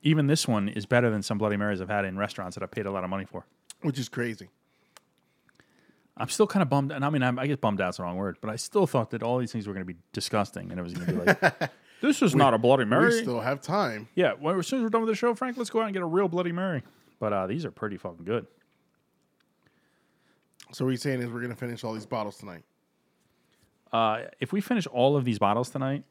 even this one is better than some Bloody Marys I've had in restaurants that I paid a lot of money for.
Which is crazy.
I'm still kind of bummed, and I mean, I'm, I guess bummed out's the wrong word, but I still thought that all these things were going to be disgusting, and it was going to be like This is not a Bloody
We
Mary.
still have time.
yeah, well, as soon as we're done with the show, Frank, let's go out and get a real Bloody Mary. But uh, these are pretty fucking good.
So what you're saying is we're gonna finish all these bottles tonight.
Uh, if we finish all of these bottles tonight,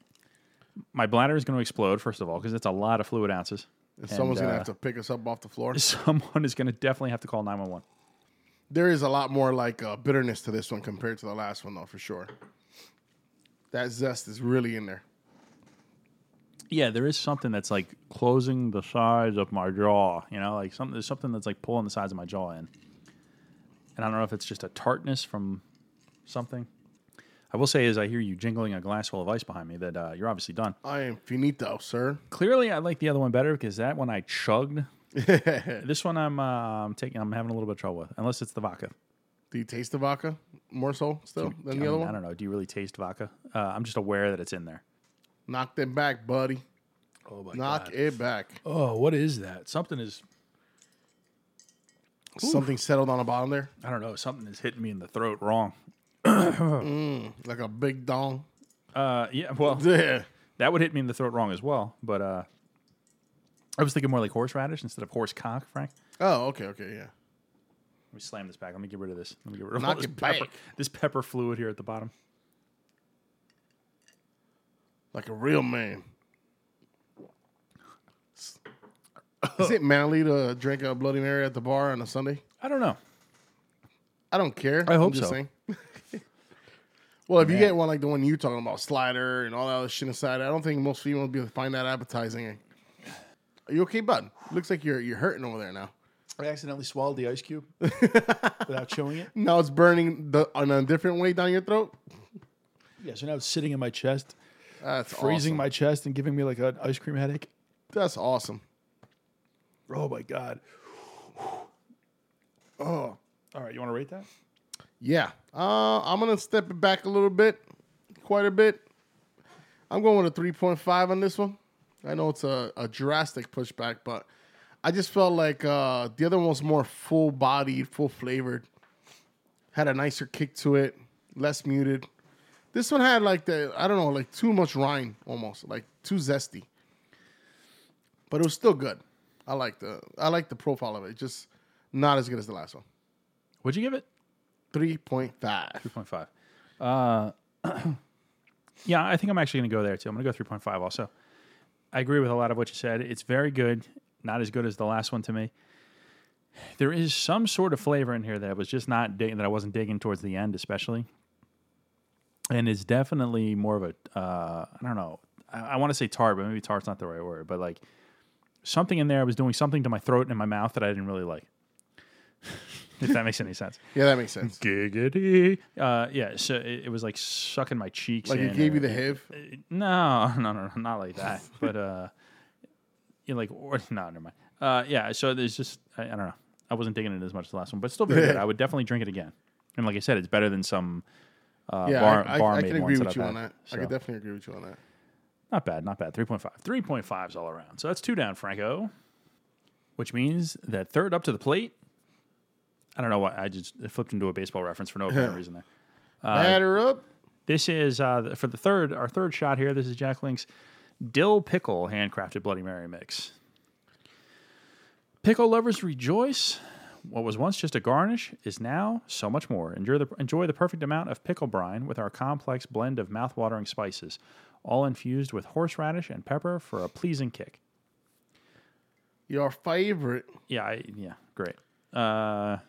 my bladder is going to explode, first of all, because it's a lot of fluid ounces.
And someone's gonna
uh,
have to pick us up off the floor.
Someone is going to definitely have to call 911.
There is a lot more like uh, bitterness to this one compared to the last one, though, for sure. That zest is really in there.
Yeah, there is something that's like closing the sides of my jaw. You know, like something. There's something that's like pulling the sides of my jaw in. And I don't know if it's just a tartness from something. I will say, as I hear you jingling a glass full of ice behind me, that uh, you're obviously done.
I am finito, sir.
Clearly, I like the other one better because that one I chugged. this one I'm uh, I'm taking. I'm having a little bit of trouble with, unless it's the vodka.
Do you taste the vodka more so still
I,
than the other
mean, I
one?
don't know. Do you really taste vodka? Uh, I'm just aware that it's in there.
Knock them back, buddy.
Oh my
Knock it back.
Oh, what is that? Something is.
Something settled on the bottom there,
I don't know. Something is hitting me in the throat wrong.
like a big dong.
Uh, yeah. Well,
Yeah.
That would hit me in the throat wrong as well. But uh, I was thinking more like horseradish instead of horse cock, Frank.
Oh, okay, okay, yeah.
Let me slam this back. Let me get rid of this. Let me get rid of all
Knock
this
it
pepper,
back.
this pepper fluid here at the bottom.
Like a real man. Is it manly to drink a Bloody Mary at the bar on a Sunday?
I don't know.
I don't care.
I hope
I'm just
so.
Saying. well, if you
Man.
get one like the one you're talking about, slider and all that other shit inside, I don't think most females be able to find that appetizing. Are you okay, bud? Looks like you're you're hurting over there now.
I accidentally swallowed the ice cube without chewing it.
Now it's burning the, on a different way down your throat.
Yeah, so now it's sitting in my chest,
That's awesome.
my chest, and giving me like an ice cream headache.
That's awesome.
Oh my god. Oh. All right, you want to rate that?
Yeah, uh, I'm gonna step it back a little bit, quite a bit. I'm going with a 3.5 on this one. I know it's a, a drastic pushback, but I just felt like uh, the other one was more full bodied, full flavored, had a nicer kick to it, less muted. This one had like the I don't know, like too much rind almost, like too zesty. But it was still good. I like the I like the profile of it. Just not as good as the last one.
What'd you give it?
Three point five.
3.5. Uh, yeah, I think I'm actually going to go there too. I'm going to go 3.5 also. I agree with a lot of what you said. It's very good, not as good as the last one to me. There is some sort of flavor in here that I was just not digging, that I wasn't digging towards the end, especially. And it's definitely more of a, uh, I don't know, I, I want to say tart, but maybe tart's not the right word, but like something in there, I was doing something to my throat and my mouth that I didn't really like. if that makes any sense.
Yeah, that makes sense.
Giggity. Uh, yeah, so it, it was like sucking my cheeks.
Like
in
it gave you
or-
the hiv.
no, no, no, no, not like that. but uh, you like or no, never mind. Uh, yeah, so there's just I, I don't know. I wasn't digging it as much as the last one, but still very good. I would definitely drink it again. And like I said, it's better than some uh,
Yeah,
bar,
I, I, I
barmaid
can
ones
agree with
I've
you on
had.
that.
So,
I could definitely agree with you on that.
not bad, not bad. 3.5. 3.5 is all around. So that's two down, Franco. Which means that third up to the plate. I don't know why I just flipped into a baseball reference for no apparent reason there. Uh,
Batter up.
This is uh, th- for the third, our third shot here. This is Jack Link's dill pickle handcrafted Bloody Mary mix. Pickle lovers rejoice. What was once just a garnish is now so much more. Enjoy the, enjoy the perfect amount of pickle brine with our complex blend of mouthwatering spices, all infused with horseradish and pepper for a pleasing kick.
Your favorite.
Yeah, I, yeah, great. Uh, I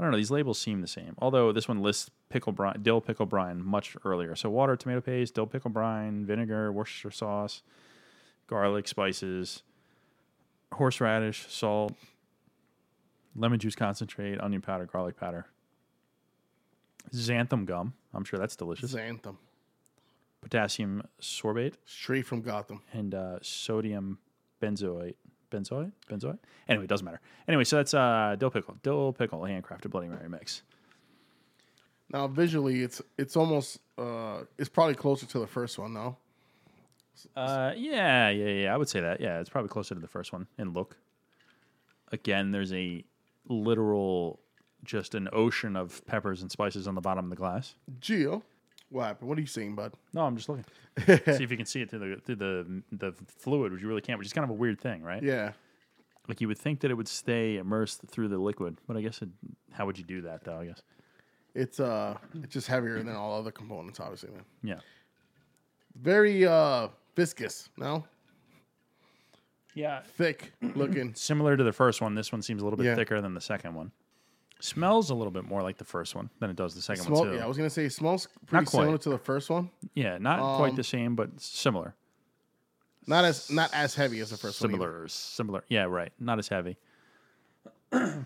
don't know. These labels seem the same, although this one lists pickle brine, dill pickle brine much earlier. So water, tomato paste, dill pickle brine, vinegar, Worcestershire sauce, garlic, spices, horseradish, salt, lemon juice concentrate, onion powder, garlic powder, xanthan gum. I'm sure that's delicious.
Xanthem.
Potassium sorbate
Straight from Gotham.
and uh, sodium benzoate. Benzoate? Benzoate? Anyway, it doesn't matter. Anyway, so that's uh, dill pickle. Dill pickle handcrafted Bloody Mary mix.
Now visually, it's it's almost uh it's probably closer to the first one. No,
Uh, yeah, yeah, yeah. I would say that. Yeah, it's probably closer to the first one in look. Again, there's a literal, just an ocean of peppers and spices on the bottom of the glass.
Geo. What happened? What are you seeing, bud?
No, I'm just looking. see if you can see it through the through the the fluid, which you really can't. Which is kind of a weird thing, right?
Yeah.
Like you would think that it would stay immersed through the liquid, but I guess it, how would you do that though? I guess.
It's uh it's just heavier than all other components, obviously, man.
Yeah.
Very uh viscous, no?
Yeah.
Thick looking.
Similar to the first one, this one seems a little bit
Yeah.
thicker than the second one. Smells a little bit more like the first one than it does the second
Smell,
one too.
yeah, I was gonna say it smells pretty
quite.
similar to the first one.
Yeah, not
um,
quite the same, but similar.
Not as not as heavy as the first one. either.
Similar, similar. Yeah, right. Not as heavy.
A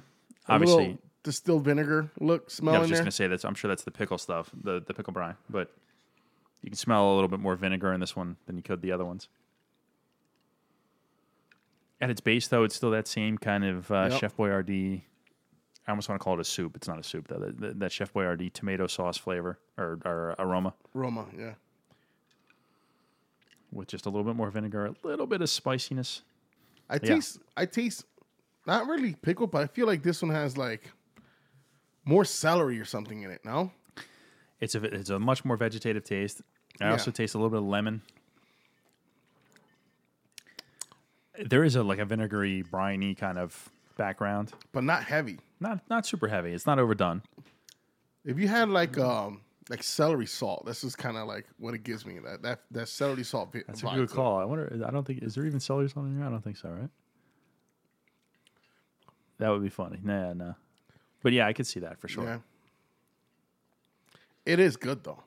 Obviously,
little distilled vinegar look smell
I was
in
just
there.
gonna say that's. I'm sure that's the pickle stuff, the the pickle brine. But you can smell a little bit more vinegar in this one than you could the other ones. At its base, though, it's still that same kind of uh,
Yep.
Chef Boyardee. I almost want to call it a soup. It's not a soup though. That, that, that Chef Boyardee tomato sauce flavor or, or aroma
Roma, yeah.
with just a little bit more vinegar, a little bit of spiciness.
I taste I taste not really pickle, but I feel like this one has like more celery or something in it, no?
It's a it's a much more vegetative taste. I
Yeah.
also taste a little bit of lemon. There is a like a vinegary, briny kind of background.
But not heavy.
Not not super heavy. It's not overdone.
If you had like um like celery salt, this is kind of like what it gives me that that that celery salt. vi-
That's
vibe
a
to
good
it.
call. I wonder. I don't think is there even celery salt in here. I don't think so. Right. That would be funny. Nah, nah. But yeah, I could see that for sure.
Yeah, it is good though.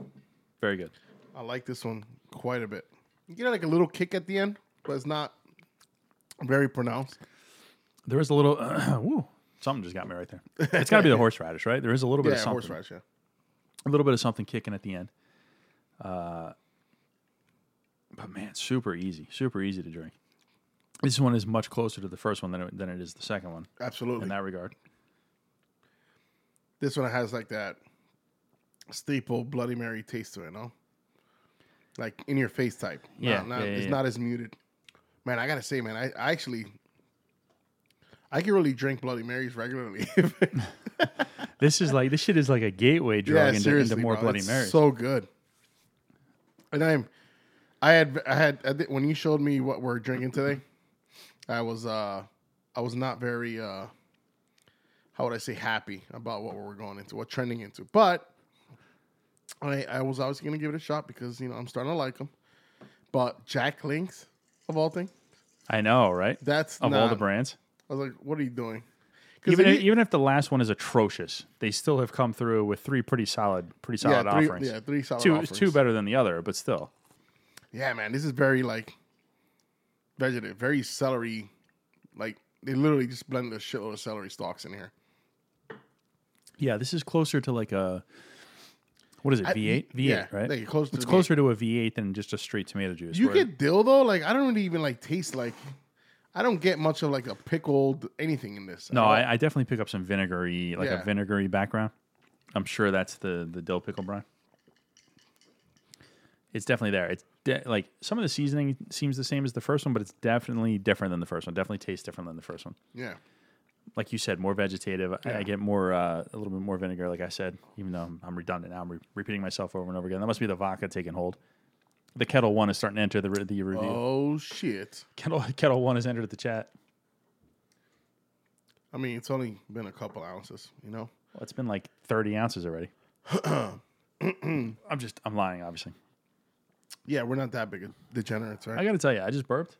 Very good.
I like this one quite a bit. You get like a little kick at the end, but it's not very pronounced.
There is a little. woo, something just got me right there. It's got to be the horseradish, right? There is a little bit
Yeah,
of something.
horseradish. Yeah,
a little bit of something kicking at the end. Uh, but man, super easy, super easy to drink. This one is much closer to the first one than it, than it is the second one
absolutely.
in that regard.
this one has like that staple Bloody Mary taste to it, no? Like in your face type. No,
Yeah,
not-
yeah, yeah,
it's
yeah.
not as muted. Man, I gotta say, man, I, I actually, I can really drink Bloody Marys regularly.
This is like this shit is like a gateway drug
yeah,
into, into
seriously,
more
bro,
Bloody
it's
Marys.
So good. And I'm, I had, I had I thi- when you showed me what we're drinking today, I was, uh I was not very, uh how would I say, happy about what we were going into, what trending into, but I, I was obviously gonna give it a shot because you know I'm starting to like them, but Jack Links of all things,
I know, right?
that's
of all the
not-
brands,
I was like, what are you doing?
even
if
if, even if the last one is atrocious, they still have come through with three pretty solid, pretty
yeah,
solid
three,
offerings.
yeah, three solid
two,
offerings.
two better than the other, but still,
Yeah, man, this is very like vegetative, very celery. Like they literally just blend a shitload of celery stalks in here.
yeah, this is closer to like a what is it? V eight, V
yeah,
eight, right?
like, close to
It's
the-
closer to a V8 than just a straight tomato juice.
You
where-
get dill though. Like I don't really even like taste like. I don't get much of like a pickled anything in this.
no,
don't-
I, I definitely pick up some vinegary, like
Oh. Yeah.
a vinegary background. I'm sure that's the the dill pickle brine. It's definitely there. It's de- like some of the seasoning seems the same as the first one, but it's definitely different than the first one. Definitely tastes different than the first one.
yeah,
Like you said, more vegetative. I, I
Yeah.
get more uh, a little bit more vinegar. Like I said, even though I'm, I'm redundant now, I'm re- repeating myself over and over again. That must be the vodka taking hold. The kettle one is starting to enter the re- the review.
oh shit.
Kettle kettle one has entered the chat.
I mean, it's only been a couple ounces, you know.
Well, it's been like 30 ounces already. I'm just, I'm lying, obviously.
Yeah, we're not that big of degenerates,
I
right?
got to tell you, I just burped,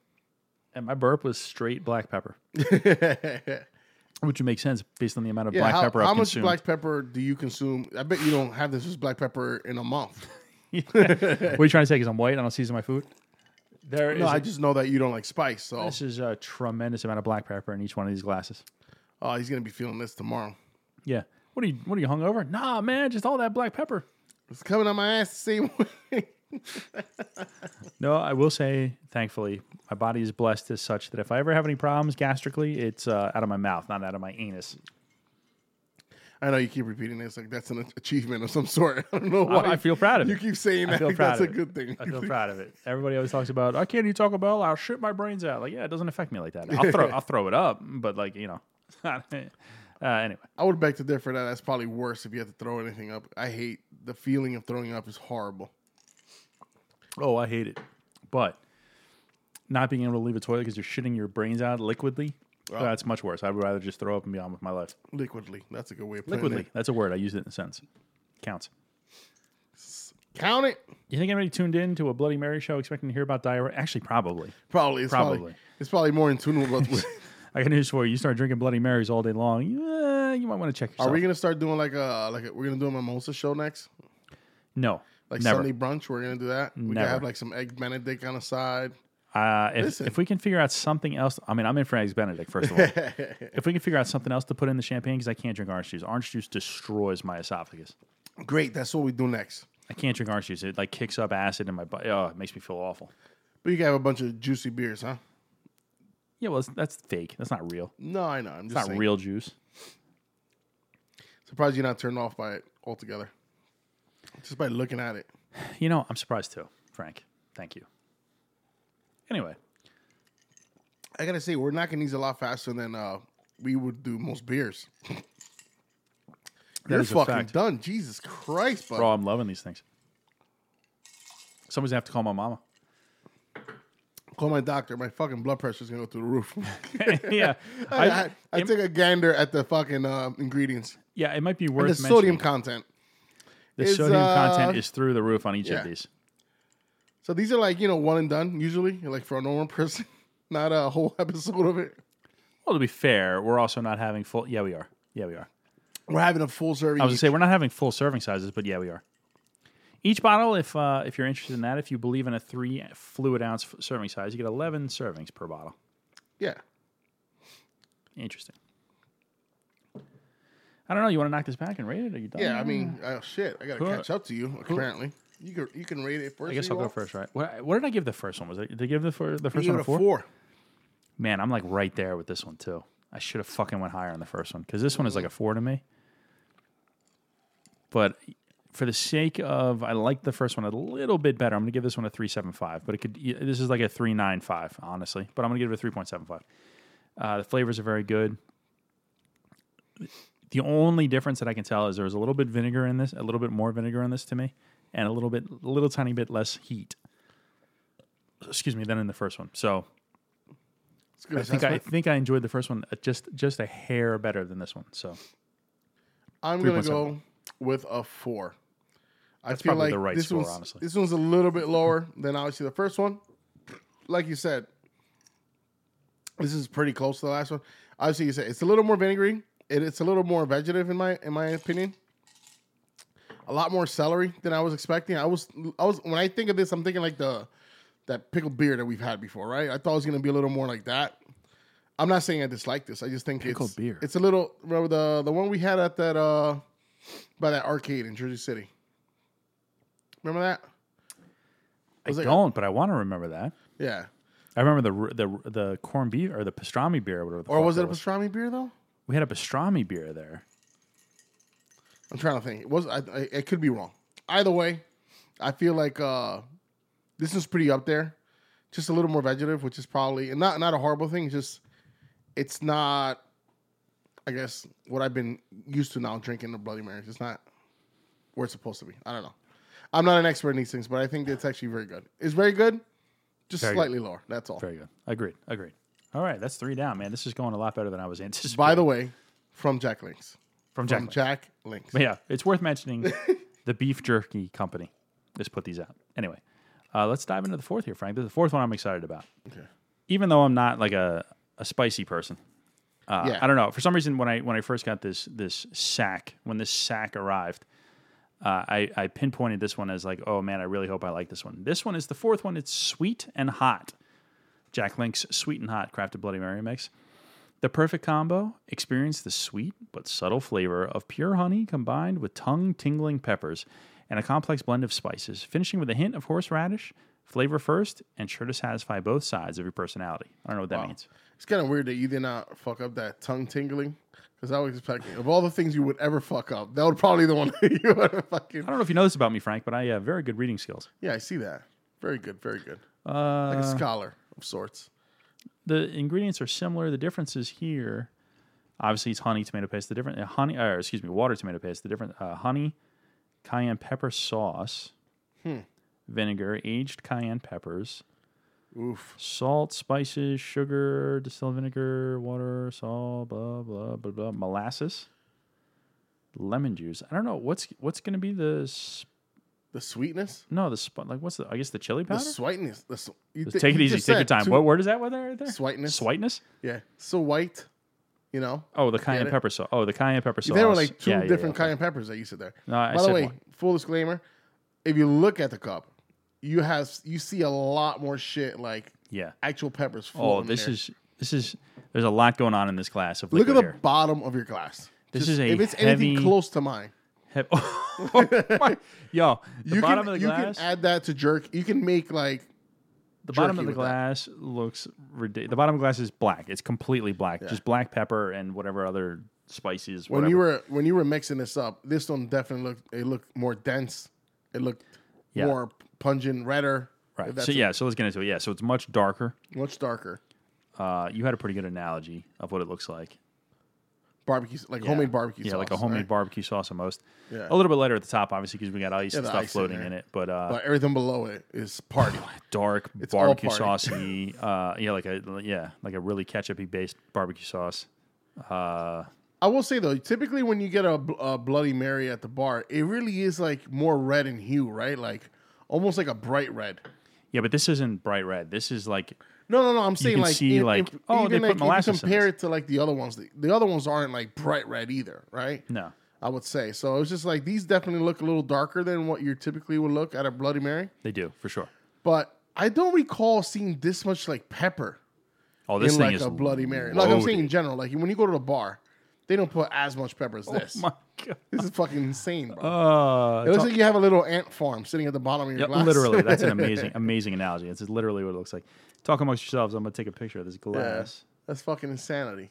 and my burp was straight black pepper, which would make sense based on the amount of
yeah,
black
how,
pepper
how
I've
much
consumed.
black pepper do you consume? I bet you don't have this much black pepper in a month.
what are you trying to say? Because I'm white, I don't season my food? There is
No,
a-
I just know that you don't like spice, so
this is a tremendous amount of black pepper in each one of these glasses.
Oh, he's gonna be feeling this tomorrow.
Yeah. What are you, what are you hungover? Nah, man, just all that black pepper.
It's coming on my ass the same way.
No, I will say, thankfully, my body is blessed as such that if I ever have any problems gastrically, it's uh, out of my mouth, not out of my anus.
I know you keep repeating this, like that's an achievement of some sort. I don't know why.
I feel proud of
you
it.
keep saying
I
that.
feel
like
proud
that's a
of it.
good thing.
I feel proud of it. Everybody always talks about, "Oh, I can't eat Taco Bell. I'll shit my brains out. Like, yeah, it doesn't affect me like that. I'll throw, I'll throw it up, but like, you know, Uh, anyway,
I would beg to differ that that's probably worse if you have to throw anything up. I hate the feeling of throwing up is horrible.
oh, I hate it, but not being able to leave a toilet because you're shitting your brains out liquidly. that's much worse. I would rather just throw up and be on with my life.
Liquidly, that's a good way of putting
Liquidly,
it.
that's a word. I used it in a sentence. Counts.
Count it.
You think anybody tuned in to a Bloody Mary show expecting to hear about diarrhea? Actually, probably.
Probably. It's probably.
Probably.
it's probably more in tune with. what-
I got news for you. You start drinking Bloody Marys all day long. Yeah, you might want to check yourself.
Are we gonna start doing like a like a, we're gonna do a mimosa show next?
no,
Like
never.
Sunday brunch, we're gonna do that. We
Never.
gotta have like some egg Benedict on the side.
Uh, if,
Listen.
if we can figure out something else, I mean, I'm in for eggs Benedict first of all. if we can figure out something else to put in the champagne, because I can't drink orange juice. Orange juice destroys my esophagus.
Great, that's what we do next.
I can't drink orange juice. It like kicks up acid in my body. Oh, it makes me feel awful.
But you can have a bunch of juicy beers, huh?
Yeah, well, that's, that's fake. That's not real.
No, I know. I'm just
It's not
saying.
real juice.
Surprised you're not turned off by it altogether, just by looking at it.
You know, I'm surprised too, Frank. Thank you. Anyway,
I gotta say, we're knocking these a lot faster than uh, we would do most beers. You're
is a
fucking
fact.
done, Jesus Christ, bud.
bro, I'm loving these things. Somebody's gonna have to call my mama.
Call my doctor. My fucking blood pressure's gonna go through the roof.
yeah,
I, I, I
it-
took a gander at the fucking uh, ingredients.
yeah, it might be
The
worth
sodium
mentioning.
content.
The
is,
sodium content
uh,
is through the roof on each
yeah.
of these.
So these are like you know one and done usually, like for a normal person, not a whole episode of it.
Well, to be fair, we're also not having full. Yeah, we are. Yeah, we are.
We're having a full serving.
I was gonna say we're not having full serving sizes, but yeah, we are. Each bottle, if uh, if you're interested in that, if you believe in a three fluid ounce f- serving size, you get eleven servings per bottle.
yeah.
Interesting. I don't know. You want to knock this back and rate it? Are you done?
Yeah, I mean, uh, shit, I gotta
Who-
catch up to you. Apparently, you can you can rate it first.
I guess
if
I'll
you
go
want.
first, right? What, what did I give the first one? Was it did I give the fir- the first
You
one
go
a
to
four?
four.
Man, I'm like right there with this one too. I should have fucking went higher on the first one because this one is like a four to me. But for the sake of, I like the first one a little bit better. I'm gonna give this one a three seven five, but it could. y- This is like a three nine five, honestly. But I'm gonna give it a three point seven five. Uh, the flavors are very good. The only difference that I can tell is there was a little bit vinegar in this, a little bit more vinegar in this to me, and a little bit, a little tiny bit less heat. Excuse me, than in the first one. So
It's a good
I think I
assessment.
think I enjoyed the first one uh, just just a hair better than this one. So
I'm gonna
3.7.
go with a four. I feel
probably
like
the right
this
score,
one's
honestly.
this one's a little bit lower than obviously the first one. Like you said, this is pretty close to the last one. Obviously, you said it's a little more vinegary. It, it's a little more vegetative in my in my opinion. A lot more celery than I was expecting. I was I was when I think of this, I'm thinking like the that pickled beer that we've had before, right? I thought it was gonna be a little more like that. I'm not saying I dislike this. I just think
Pickled
it's
beer.
it's a little remember the the one we had at that uh by that arcade in Jersey City. Remember that?
I
Was it-
don't, but I want to remember that.
Yeah.
I remember the the the corned beef or the pastrami beer or whatever. The
Or
fuck
was
that
it a pastrami beer though?
We had a pastrami beer there.
I'm trying to think. It was I, I? It could be wrong. Either way, I feel like uh, this is pretty up there. Just a little more vegetative, which is probably and not not a horrible thing. it's Just it's not, I guess, what I've been used to now drinking the Bloody Marys. It's not where it's supposed to be. I don't know. I'm not an expert in these things, but I think it's actually very good. It's very good, just
Very good.
slightly lower. That's all.
Very good. Agreed. Agreed. All right, that's three down, man. This is going a lot better than I was anticipating.
By the way, from Jack Links.
from Jack,
From Jack Links.
but yeah, it's worth mentioning. the beef jerky company just put these out. Anyway, uh, let's dive into the fourth here, Frank. This is the fourth one I'm excited about.
Okay.
Even though I'm not like a, a spicy person, Uh,
Yeah.
I don't know. For some reason, when I when I first got this this sack, when this sack arrived, uh, I I pinpointed this one as like, oh man, I really hope I like this one. This one is the fourth one. It's sweet and hot. Jack Link's sweet and hot crafted Bloody Mary mix. The perfect combo. Experience the sweet but subtle flavor of pure honey combined with tongue tingling peppers and a complex blend of spices, finishing with a hint of horseradish. Flavor first, and sure to satisfy both sides of your personality. I don't know what that means.
It's kind of weird that you did not fuck up that tongue tingling. Because I was expecting, of all the things you would ever fuck up, that would probably the one that you would have fucking.
I don't know if you know this about me, Frank, but I have very good reading skills.
Yeah, I see that. Very good, very good.
Uh,
Like a scholar of sorts.
the ingredients are similar. The difference is here. Obviously, it's honey tomato paste. The different uh, honey, or excuse me, water tomato paste. The different uh, honey, cayenne pepper sauce, vinegar, aged cayenne peppers,
Oof.
salt, spices, sugar, distilled vinegar, water, salt, blah blah blah blah, molasses, lemon juice. I don't know what's what's going to be the s-
The sweetness,
no the sp- like what's the I guess the chili
the
powder.
sweetness. The sw- you
Just
thi-
take it
you
easy.
just
Take your
said
time.
two-
What word is that? Word right there?
Sweetness.
Sweetness.
Yeah. So white. You know.
Oh, the cayenne
it?
pepper sauce. Oh, the cayenne pepper sauce.
There were like two
Yeah, yeah,
different
yeah.
cayenne peppers that you said there.
No, I
By
said
the way,
one.
full disclaimer: if you look at the cup, you have you see a lot more shit like
Yeah.
actual peppers.
Oh,
floating
this
there.
is this is. There's a lot going on in this class of
look
liquid
at the
here.
bottom of your glass.
This is a
if it's
heavy-
anything close to mine.
Hep- oh my, yo, the
you
bottom
can,
of the
you can
glass.
add that to jerk. You can make like
the bottom
jerky
of the
with that.
glass looks ridiculous. The bottom of the glass is black. It's completely black. Just black pepper and whatever other spices.
when
whatever.
you were when you were mixing this up. This one definitely looked it looked more dense. It looked
Yeah.
more pungent, redder. if
right.
that's
So yeah. So let's get into it. Yeah. So it's much darker.
much darker.
Uh, you had a pretty good analogy of what it looks like.
Barbecue, like homemade barbecue.
Yeah, like a
sauce,
homemade
right?
barbecue sauce almost.
eh? Yeah.
A little bit lighter at the top, obviously, because we got ice and
the
stuff
ice in
floating
there.
in it. But, uh,
But everything below it is party.
dark
all
barbecue
party.
saucy, uh, yeah, like a yeah, like a really ketchupy based barbecue sauce. Uh,
I will say though, typically when you get a, bl- a Bloody Mary at the bar, it really is like more red in hue, right? Like almost like a bright red.
yeah, but this isn't bright red. This is like
No, no, no. I'm saying
can
like,
see,
if-
like,
if-
oh, they put
even like if you
molasses in
compare
this.
it to like the other ones, the, the other ones aren't like bright red either, right?
no,
I would say so. It's just like these definitely look a little darker than what you typically would look at a Bloody Mary,
they do for sure.
but I don't recall seeing this much like pepper
Oh, this
in
thing
like
is
a Bloody Mary. Like I'm
loaded.
saying in general, like when you go to the bar, they don't put as much pepper as this.
Oh my god.
This is fucking insane, bro.
Uh,
It looks like you have a little ant farm sitting at the bottom of your
yep,
glass.
literally, that's an amazing, amazing analogy. That's literally what it looks like. Talk amongst yourselves. I'm gonna take a picture of this glass.
That's fucking insanity.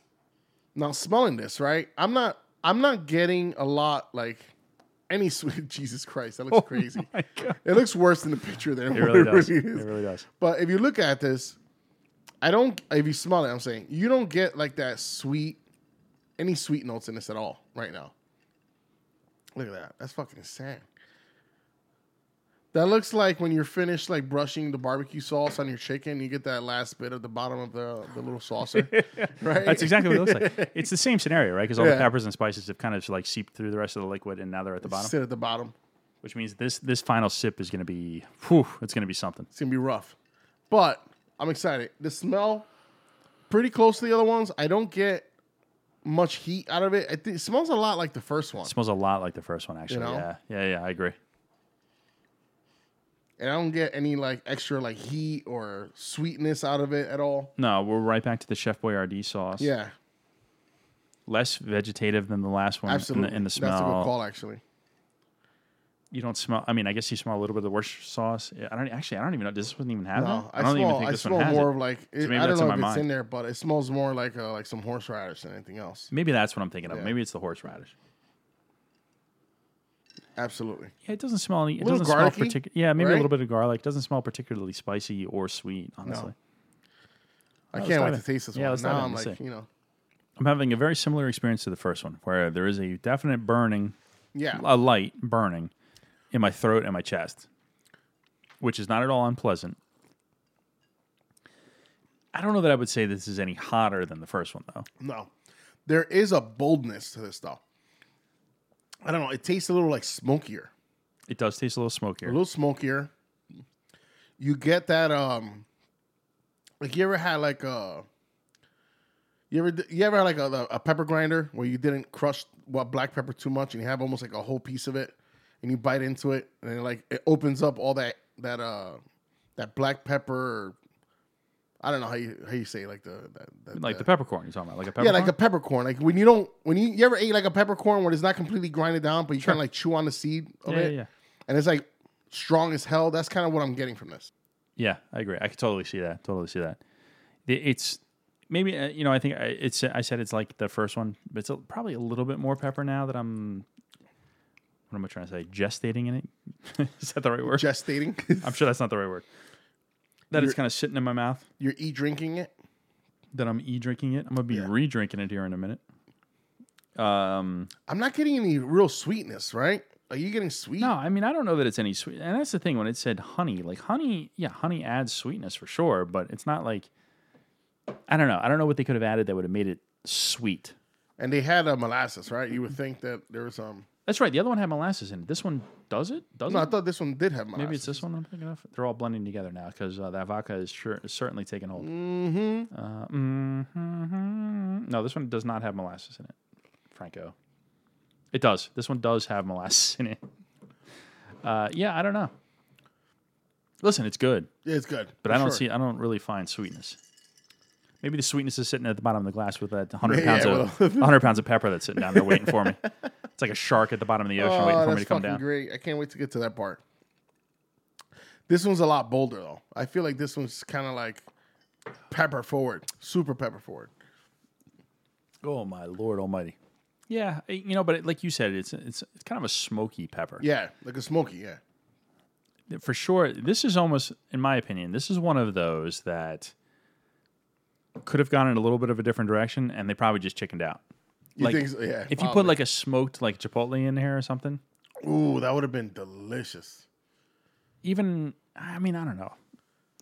Now smelling this, right? I'm not. I'm not getting a lot like any sweet. Jesus Christ, that looks crazy.
Oh My god,
It looks worse than the picture than
it
what
really does.
really is.
It really does.
But if you look at this, I don't. If you smell it, I'm saying you don't get like that sweet, any sweet notes in this at all right now. Look at that. That's fucking insane. That looks like when you're finished like brushing the barbecue sauce on your chicken, you get that last bit at the bottom of the, the little saucer, right?
That's exactly what it looks like. It's the same scenario, right? Because all the
Yeah.
peppers and spices have kind of like seeped through the rest of the liquid, and now they're at the bottom.
Sit at the bottom.
Which means this this final sip is going to be, whew, it's going to be something.
It's gonna be rough, but I'm excited. The smell, pretty close to the other ones. I don't get much heat out of it. I think it smells a lot like the first one,
It smells a lot like the first one, actually.
know?
Yeah, yeah, yeah. I agree.
and I don't get any like extra like heat or sweetness out of it at all.
No, we're right back to the Chef Boyardee sauce.
Yeah,
less vegetative than the last one. in the-
absolutely.
In the, smell,
That's a good call, actually.
you don't smell. I mean, I guess you smell a little bit of the Worcestershire sauce. Yeah, I don't e, actually. I don't even know. Does this one even have that?
No, I,
don't
smell.
even think
I
this
smell
one has
more
it.
of like it-
maybe
I don't
that's
know
in
if
my
it's
mind.
in there, but it smells more like uh, like some horseradish than anything else.
Maybe that's what I'm thinking of. Maybe it's the horseradish.
Absolutely.
Yeah, it doesn't smell any. It
little
doesn't smell
garlicky,
particular. Yeah, maybe a
right?
little bit of garlic. Doesn't smell particularly spicy or sweet. Honestly,
I
let's
can't
dive
wait
in.
to taste this
Oh, Yeah,
one.
let's dive
Now
in
I'm
and
like,
see.
you know,
I'm having a very similar experience to the first one, where there is a definite burning
yeah,
a light burning in my throat and my chest, which is not at all unpleasant. I don't know that I would say this is any hotter than the first one, though.
No. There is a boldness to this though. I don't know. It tastes a little like smokier.
It does taste a little
A
smokier.
little smokier. You get that um like you ever had like a you ever you ever had like a, a pepper grinder where you didn't crush what black pepper too much and you have almost like a whole piece of it and you bite into it and it like it opens up all that that uh that black pepper I don't know how you how you say like the that, that,
Like the peppercorn you're talking about, like a peppercorn.
Yeah, like a peppercorn. Like when you don't, when you, you ever ate like a peppercorn where it's not completely grinded down, but you kind of like chew on the seed of
yeah, yeah,
it,
yeah,
and it's like strong as hell. That's kind of what I'm getting from this.
yeah. I agree. I could totally see that. Totally see that. The- It's maybe uh, you know. I think I, it's. I said it's like the first one, but it's a, probably a little bit more pepper now that I'm. What am I trying to say? Gestating in it. is that the right word?
Gestating,
I'm sure that's not the right word. That it's kind of sitting in my mouth.
you're e drinking it.
That I'm e drinking it. I'm gonna be re drinking it here in a minute. Um,
I'm not getting any real sweetness, right? Are you getting sweet?
no, I mean I don't know that it's any sweet. And that's the thing when it said honey, like honey, yeah, honey adds sweetness for sure, but it's not like I don't know. I don't know what they could have added that would have made it sweet.
And they had a molasses, right? You would think that there was um.
That's right. The other one had molasses in it. This one does it? Does
No, I
it?
thought this one did have molasses.
Maybe it's this one I'm thinking of. They're all blending together now because uh, that vodka is sure, is certainly taking hold.
Mm-hmm.
Uh, mhm. No, this one does not have molasses in it, Franco. It does. This one does have molasses in it. Uh, yeah, I don't know. Listen, it's good,
Yeah, it's good.
but I don't see. I don't really find sweetness. Maybe the sweetness is sitting at the bottom of the glass with that 100
Yeah,
pounds
well-
of 100 pounds of pepper that's sitting down there waiting for me. It's like a shark at the bottom of the
Oh,
ocean waiting for me to come down.
great. I can't wait to get to that part. This one's a lot bolder though. I feel like this one's kind of like pepper forward, super pepper forward.
Oh my lord almighty. Yeah, eh, you know, but it, like you said, it's it's it's kind of a smoky pepper.
Yeah, like a smoky. Yeah,
for sure this is almost in my opinion this is one of those that could have gone in a little bit of a different direction and they probably just chickened out
you
Like,
think so? yeah. Oh,
if you put like a smoked like chipotle in here or something
probably. ooh, that would have been delicious.
even i mean i don't know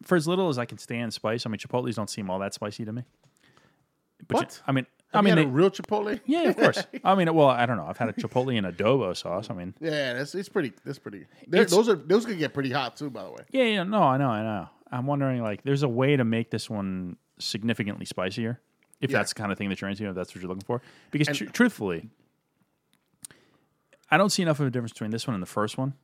for as little as i can stand spice i mean chipotles don't seem all that spicy to me but you-
What?
i mean
Have
i mean
you had
they-
a real chipotle.
yeah of course i mean well i don't know i've had a chipotle in adobo sauce i mean
Yeah, that's it's pretty. That's pretty. they're-
It's-
Those are those could get pretty hot too. By the way,
yeah yeah no i know i know i'm wondering like there's a way to make this one significantly spicier if
Yeah.
that's the kind of thing that you're into if that's what you're looking for because tr- truthfully i don't see enough of a difference between this one and the first one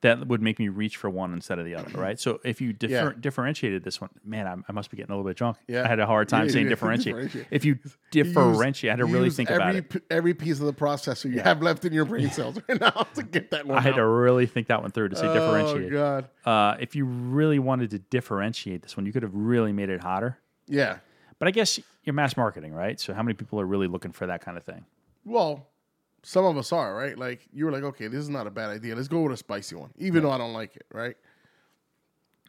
that would make me reach for one instead of the other right so if you differ-
Yeah.
differentiated this one man I, I must be getting a little bit drunk
Yeah.
i had a hard time
Yeah,
saying
yeah.
differentiate.
Differentiate.
if you
You use-
differentiate i had to
you
really
use
think
every,
about it
p- Every piece of the processor you have left in your brain cells right now to get that one.
i had to
out.
really think that one through to say
Oh
differentiate
god.
uh, if you really wanted to differentiate this one, you could have really made it hotter.
Yeah.
But I guess you're mass marketing, right? So how many people are really looking for that kind of thing?
Well, some of us are, right? Like you were like, okay, this is not a bad idea. Let's go with a spicy one, even though I don't like it, right?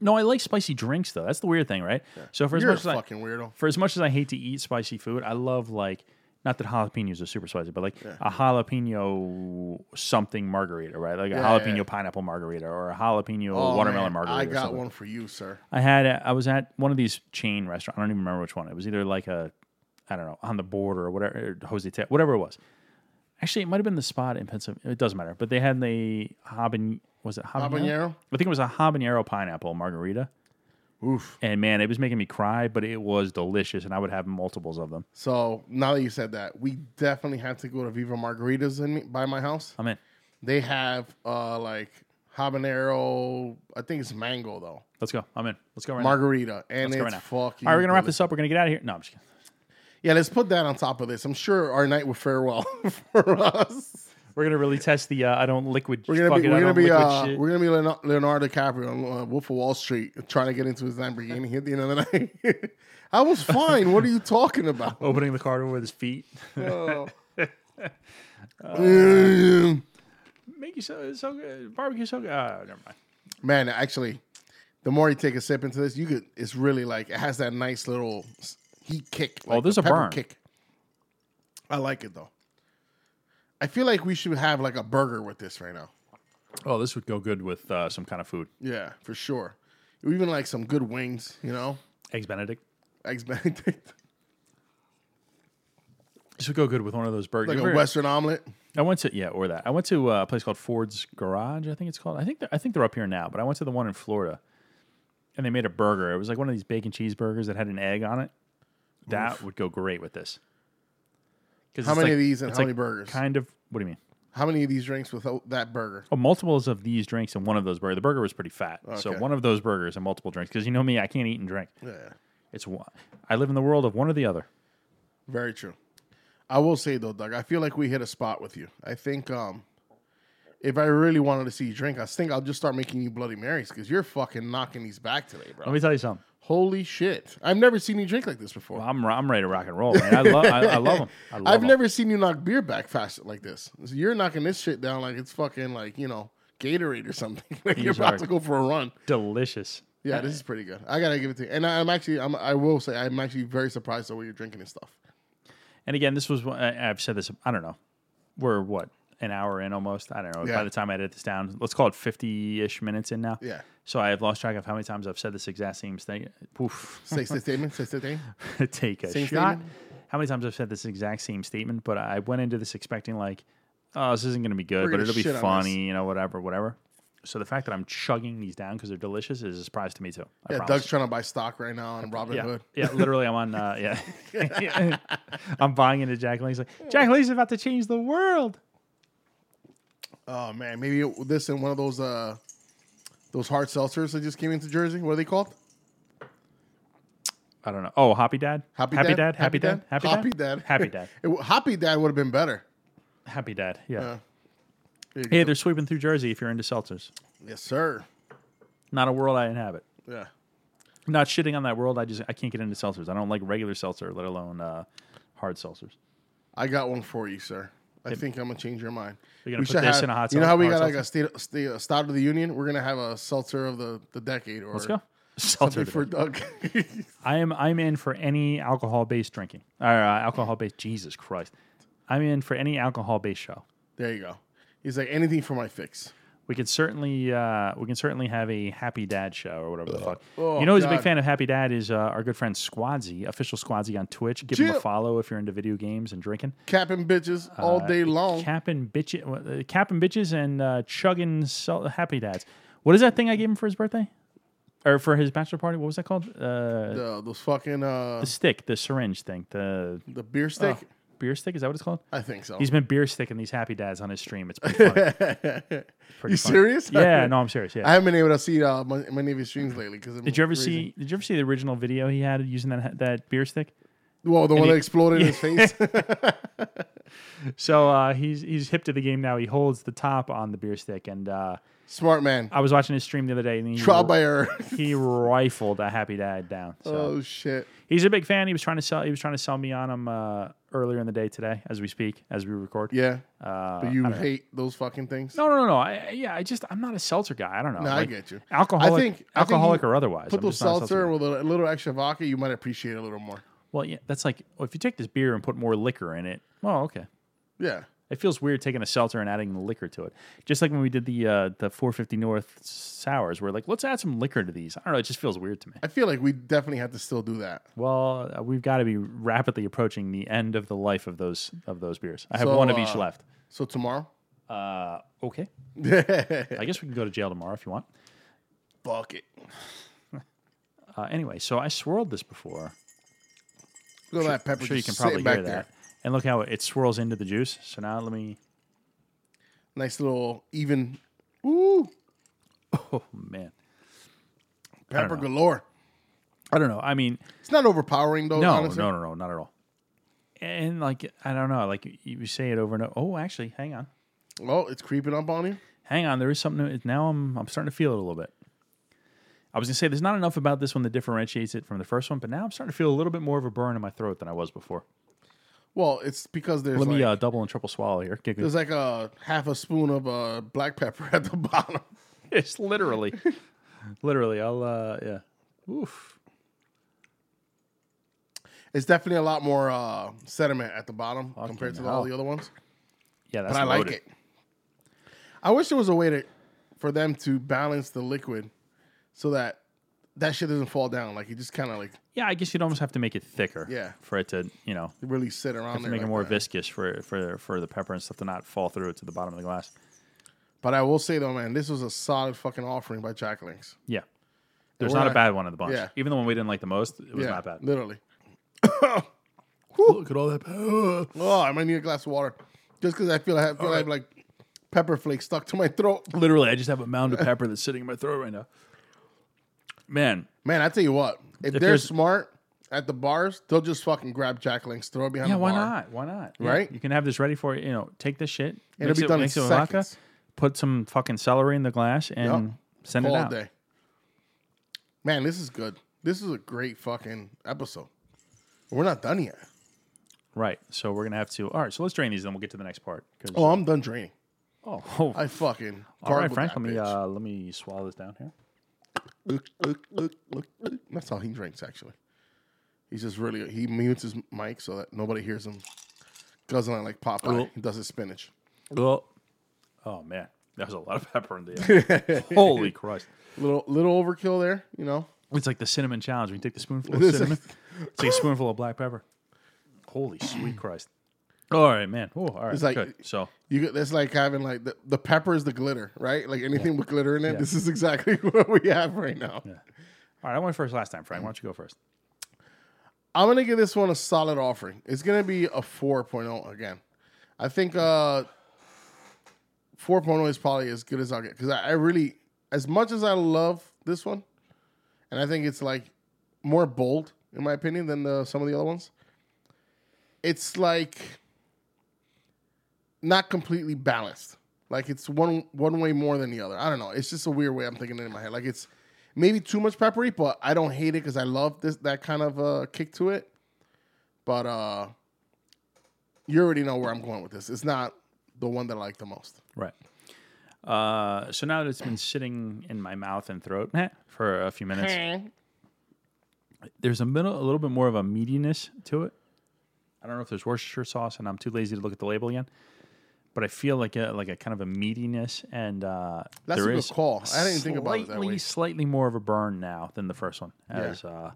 No, I like spicy drinks though. That's the weird thing, right? So for as
You're a
much as I,
fucking weirdo.
for as much as I hate to eat spicy food, I love like not that jalapenos are super spicy, but like a jalapeno something margarita, right? Like a
Yeah, yeah,
jalapeno
yeah.
pineapple margarita or a jalapeno
Oh,
watermelon
man,
margarita.
I
or
got
something.
one for you, sir.
I had I was at one of these chain restaurants. I don't even remember which one. It was either like a I don't know on the border or whatever or Jose Te- whatever it was. Actually, it might have been the spot in Pennsylvania. It doesn't matter. But they had a haban was it habanero?
Habanero?
I think it was a habanero pineapple margarita.
Oof.
And man, it was making me cry, but it was delicious, and I would have multiples of them.
So now that you said that, we definitely had to go to Viva Margaritas in me, by my house.
I'm in.
They have uh like habanero. I think it's mango though.
Let's go. I'm in. Let's go right now.
Margarita, and
Let's go
it's
right now.
fucking.
All right, we're gonna wrap this up. We're gonna get out of here. No, I'm just kidding.
Yeah, let's put that on top of this. I'm sure our night will fare well for us.
We're gonna really test the uh, I don't liquid.
We're gonna be we're gonna be uh,
shit.
we're gonna be Leonardo, Leonardo DiCaprio on uh, Wolf of Wall Street trying to get into his Lamborghini at the end of the night. I was fine. what are you talking about?
opening the car door with his feet.
Oh.
Make you so so good. Barbecue so good. Uh, never mind.
Man, actually, the more you take a sip into this, you could. It's really like it has that nice little s- heat kick. Like
there's Oh,
the
a
pepper
burn.
kick. I like it though. I feel like we should have like a burger with this right now.
Oh, this would go good with uh, some kind of food.
Yeah, for sure. Even like some good wings, you know,
Eggs Benedict.
eggs Benedict,
This would go good with one of those burgers.
like
You
a
ever-
Western omelet.
I went to yeah, or that. I went to uh, a place called Ford's Garage. I think it's called. I think they're, I think they're up here now. But I went to the one in Florida, and they made a burger. It was like one of these bacon cheeseburgers that had an egg on it. That would go great with this. 'Cause
How
it's
many
like-
of these and
it's
how many
like
burgers?
Kind of. What do you mean?
How many of these drinks without that burger?
Oh, multiples of these drinks and one of those burgers. The burger was pretty fat, so
Okay.
one of those burgers and multiple drinks. Because you know me, I can't eat and drink.
Yeah,
It's one. I live in the world of one or the other.
very true. I will say though, Doug, I feel like we hit a spot with you. I think um, if I really wanted to see you drink, I think I'll just start making you Bloody Marys because you're fucking knocking these back today, bro.
Let me tell you something.
Holy shit! I've never seen you drink like this before.
I'm I'm ready to rock and roll, man. I love I, I love them. I love
I've
'em.
never seen you knock beer back fast like this. You're knocking this shit down like it's fucking like you know Gatorade or something. like you're
These
about
are-
to go for a run.
delicious.
Yeah, this is pretty good. I gotta give it to you. And I, I'm actually, I'm, I will say, I'm actually very surprised at what you're drinking and stuff.
And again, this was one- I- I've said this. I don't know. We're what an hour in almost. I don't know.
Yeah.
By the time I edit this down, let's call it fifty-ish minutes in now.
Yeah.
So I've lost track of how many times I've said this exact same thing. Poof.
Say, say statement. Say statement.
Take a
Same
shot.
statement?
How many times I've said this exact same statement? But I went into this expecting like, oh, this isn't going to be good,
We're
but
gonna
it'll be
shit on this.
funny, you know, whatever, whatever. So the fact that I'm chugging these down because they're delicious is a surprise to me too. I
Yeah,
promise.
Doug's trying to buy stock right now on Robin
Yeah,
Hood.
yeah, literally, I'm on. Uh, yeah, I'm buying into Jack Lane's. Like Jack Lane's about to change the world.
Oh man, maybe it- this and one of those uh those hard seltzers that just came into Jersey. What are they called?
I don't know. Oh, Hoppy Dad,
Happy
Happy
Dad?
Dad, Happy Dad, Happy Dad,
Hoppy Dad.
Happy Dad,
It, w- Hoppy Dad would have been better.
Happy Dad. Yeah.
Yeah. There you
Hey,
go.
they're sweeping through Jersey. If you're into seltzers,
Yes, sir.
not a world I inhabit.
Yeah.
Not shitting on that world. I just I can't get into seltzers. I don't like regular seltzer, let alone uh, hard seltzers.
I got one for you, sir. I think I'm gonna change your mind.
You're gonna put this in a hot
You know how we got
seltzer-
like a state, state a stout of the union? We're gonna have a seltzer of the, the decade or
Let's go.
something
Seltzer.
for Doug.
I am I'm in for any alcohol based drinking or uh, alcohol based. Jesus Christ, I'm in for any alcohol based show.
there you go. He's like anything for my fix.
We can certainly uh, we can certainly have a Happy Dad show or whatever the fuck.
Oh,
you know who's a big
God.
fan of Happy Dad is uh, our good friend Squadzy, official Squadzy on Twitch. Give him a
Jill.
follow if you're into video games and drinking.
Capping bitches all
Uh,
day long.
Capping bitches, uh, capping bitches, and uh, chugging sel- Happy Dads. What is that thing I gave him for his birthday, or for his bachelor party? What was that called? Uh,
the, those fucking uh,
the stick, the syringe thing, the
the beer stick.
oh, beer stick. Is that what it's called?
I think so.
He's been beer sticking these Happy Dads on his stream. It's pretty funny. Pretty
you
funny.
serious?
Yeah, no, I'm serious. Yeah.
I haven't been able to see uh, mon- many of his streams lately. Cause
Did you ever see? Did you ever see the original video he had using that that beer stick?
Well, the one
he-
that exploded in his face.
So uh, he's he's hip to the game now. He holds the top on the beer stick, and uh,
Smart man.
I was watching his stream the other day, and he
Trial by error.
he rifled a happy dad down. So
oh shit.
he's a big fan. He was trying to sell. He was trying to sell me on him uh, earlier in the day today, as we speak, as we record.
Yeah.
Uh,
But you hate those fucking things.
no, no, no, no. I, yeah, I just I'm not a seltzer guy. I don't know.
No, I
Like,
get you.
Alcoholic,
I think- I think
alcoholic
you
or otherwise.
Put
I'm
those
just not a guy.
seltzer with a little extra vodka, you might appreciate it a little more.
Well, yeah, that's like well, if you take this beer and put more liquor in it. Well, okay.
Yeah.
It feels weird taking a seltzer and adding liquor to it. Just like when we did the uh, the 450 North sours, we're like, let's add some liquor to these. I don't know. It just feels weird to me.
I feel like we definitely have to still do that.
Well, uh, we've got to be rapidly approaching the end of the life of those of those beers. I have
So,
one of each
uh,
left.
So tomorrow?
Uh, okay.
Fuck
I guess we can go to jail tomorrow if you want.
it.
Uh, anyway, so I swirled this before.
Look at that
I'm
pepper
sure you
just
can probably
sitting back
hear that.
there.
And look how it swirls into the juice. So now let me.
Nice little even. Ooh,
Oh man,
pepper galore.
I don't know. I mean,
It's not overpowering though.
no,
honestly.
no, no, no, not at all. And like I don't know, like you- you say it over and over. Oh, actually, hang on,
Oh, it's creeping up on you.
hang on. There is something. to it. Now I'm I'm starting to feel it a little bit. I was gonna say there's not enough about this one that differentiates it from the first one, but now I'm starting to feel a little bit more of a burn in my throat than I was before.
Well, it's because there's
Let
like,
me uh, double and triple swallow here. Get-
there's like a half a spoon of uh, black pepper at the bottom.
It's literally, literally. I'll uh, yeah. Oof.
It's definitely a lot more uh, sediment at the bottom compared to all
hell.
the other ones.
Yeah, that's
But I like
loaded.
it. I wish there was a way to for them to balance the liquid so that that shit doesn't fall down. Like it just kind of like
Yeah, I guess you'd almost have to make it thicker.
Yeah.
For it to, you know,
really sit around
to
there.
make it
like
more
that.
viscous for for for the pepper and stuff to not fall through to the bottom of the glass.
But I will say though, man, this was a solid fucking offering by Jack Links.
Yeah. There's
we're
not a
not-
bad one in the bunch.
yeah.
Even the one we didn't like the most, it was
yeah,
not bad.
Literally.
Look at all that pepper.
Oh, I might need a glass of water just because I feel I have, feel I have like pepper flakes stuck to my throat.
Literally, I just have a mound of pepper that's sitting in my throat right now. Man,
Man, I tell you what, if, they're
there's-
smart at the bars, they'll just fucking grab Jack Links, throw it behind
yeah,
the
why
bar.
not? Why not? Yeah,
Right?
You can have this ready for you. You know, take this shit,
It'll
mix
be
it-
done in
mix it with vodka,
seconds.
put some fucking celery in the glass, and
Yup.
send it
all
out.
day. Man, this is good. This is a great fucking episode. We're not done yet.
Right. So we're gonna have to. All right. So let's drain these, and then we'll get to the next part. 'cause-
Oh, I'm done draining.
oh, oh,
I fucking
all right,
gargled
Frank.
that
Let me
bitch.
uh, let me swallow this down here.
That's how he drinks. Actually, he's just really he mutes his mic so that nobody hears him doesn't look like Popeye.
Well-
It does his spinach.
Oh, oh man, that was a lot of pepper in there. Holy Christ!
Little little overkill there, you know.
It's like the cinnamon challenge. We take the spoonful of cinnamon. It's like a spoonful of black pepper. Holy sweet Christ! All right, man. Oh, all right.
It's like-
good. So
You get that's like having like the, the pepper is the glitter, right? Like anything with glitter in it. This is exactly what we have right now.
all right, I went first last time, Frank. Why don't you go first?
I'm gonna give this one a solid offering. It's gonna be a 4.0 again. I think uh 4.0 is probably as good as I'll get because I, I really, as much as I love this one, and I think it's like more bold in my opinion than the, some of the other ones. It's like not completely balanced. Like it's one one way more than the other. I don't know. It's just a weird way I'm thinking it in my head. Like it's maybe too much peppery, but I don't hate it because I love this that kind of uh, kick to it. But uh, you already know where I'm going with this. It's not the one that I like the most.
Right. Uh, so now that it's been sitting in my mouth and throat for a few minutes, there's a middle, a little bit more of a meatiness to it. I don't know if there's Worcestershire sauce, and I'm too lazy to look at the label again. But I feel like a like a kind of a meatiness, and uh,
That's
there
a good
is
call. I didn't think about it that
slightly-
way.
Slightly more of a burn now than the first one. As uh,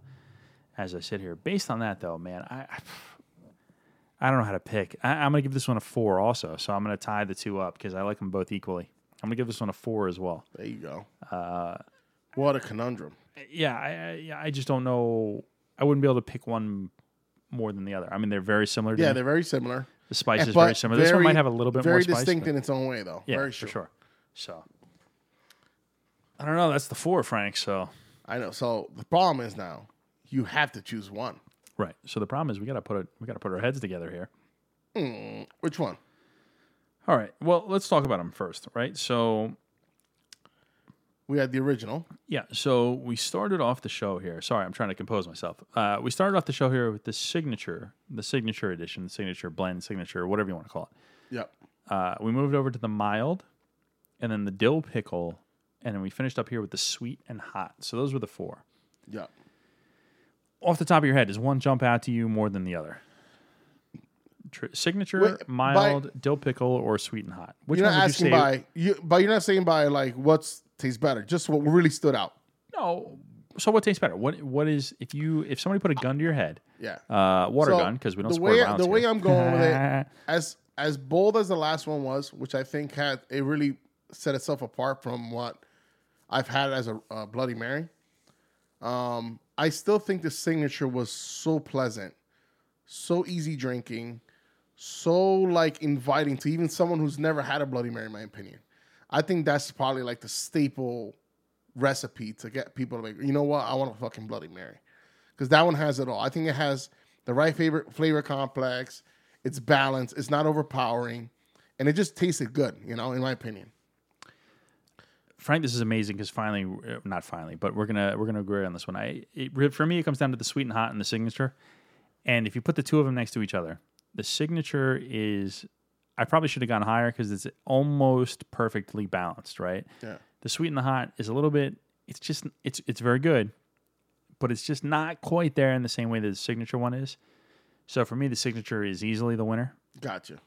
as I sit here, based on that though, man, I I, I don't know how to pick. I, I'm gonna give this one a four also. So I'm gonna tie the two up because I like them both equally. I'm gonna give this one a four as well.
There you go.
Uh,
what a conundrum.
yeah, I, I yeah, I just don't know. I wouldn't be able to pick one more than the other. I mean, they're very similar. To
Yeah,
me.
they're very similar.
the spice is
but
very similar. this one
very-
might have a little bit
very
more spice.
distinct
but-
in its own way, though.
yeah,
very
for
sure.
sure. So I don't know. That's the four, Frank. So
I know. So the problem is now you have to choose one.
right. So the problem is we gotta put it. We gotta put our heads together here.
Which one?
All right. Well, let's talk about them first, right? So
We had the original.
yeah. So we started off the show here. Sorry, I'm trying to compose myself. Uh, we started off the show here with the signature, the signature edition, the signature blend, signature, whatever you want to call it.
Yep.
Uh, we moved over to the mild, and then the dill pickle, and then we finished up here with the sweet and hot. So those were the four.
Yep.
Off the top of your head, does one jump out to you more than the other? Tr- signature,
Wait, by-
mild, dill pickle, or sweet and hot? Which
You're
one
not
would
asking
you say?
by you, but you're not saying by like what's tastes better. Just what really stood out.
No. So what tastes better? What what is if you if somebody put a gun to your head,
Yeah.
uh, water
So,
gun because we don't
the
support
way
violence
the way
here.
I'm going with it as as bold as the last one was, which I think had it really set itself apart from what I've had as a, uh Bloody Mary. Um, I still think the signature was so pleasant, so easy drinking, so like inviting to even someone who's never had a Bloody Mary. In my opinion, I think that's probably like the staple recipe to get people to like, you know what, I want a fucking Bloody Mary. Because that one has it all. I think it has the right flavor, flavor complex, it's balanced, it's not overpowering, and it just tasted good, you know, in my opinion.
Frank, this is amazing because finally, uh, not finally, but we're gonna we're gonna agree on this one. I it, re- for me, it comes down to the sweet and hot and the signature. And if you put the two of them next to each other, the signature is I probably should have gone higher because it's almost perfectly balanced, right?
Yeah.
The sweet and the hot is a little bit. It's just it's it's very good, but it's just not quite there in the same way that the signature one is. So for me, the signature is easily the winner.
Gotcha.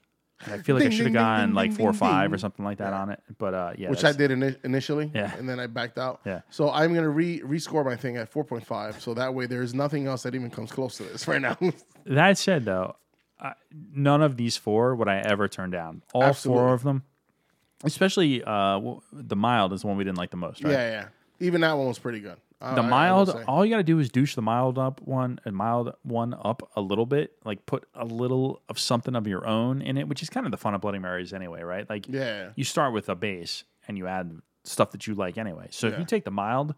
And I feel like I
Ding,
should have
ding, ding,
gone
ding,
like
ding,
four or
ding,
five
ding.
or something like that on it. But uh, yeah,
Which I
that's-
did ini- initially,
Yeah.
and then I backed out.
Yeah.
So I'm gonna re rescore my thing at 4.5, so that way there's nothing else that even comes close to this right now.
That said, though, I, none of these four would I ever turn down. All four
Absolutely.
of them, especially uh, w- the mild, is the one we didn't like the most. Right?
Yeah, yeah. Even that one was pretty good. I-
The
I- I will
mild,
say.
all you got to do is douche the mild up one and mild one up a little bit. Like put a little of something of your own in it, which is kind of the fun of Bloody Marys anyway, right? Like
yeah.
you start with a base and you add stuff that you like anyway. So if you take the mild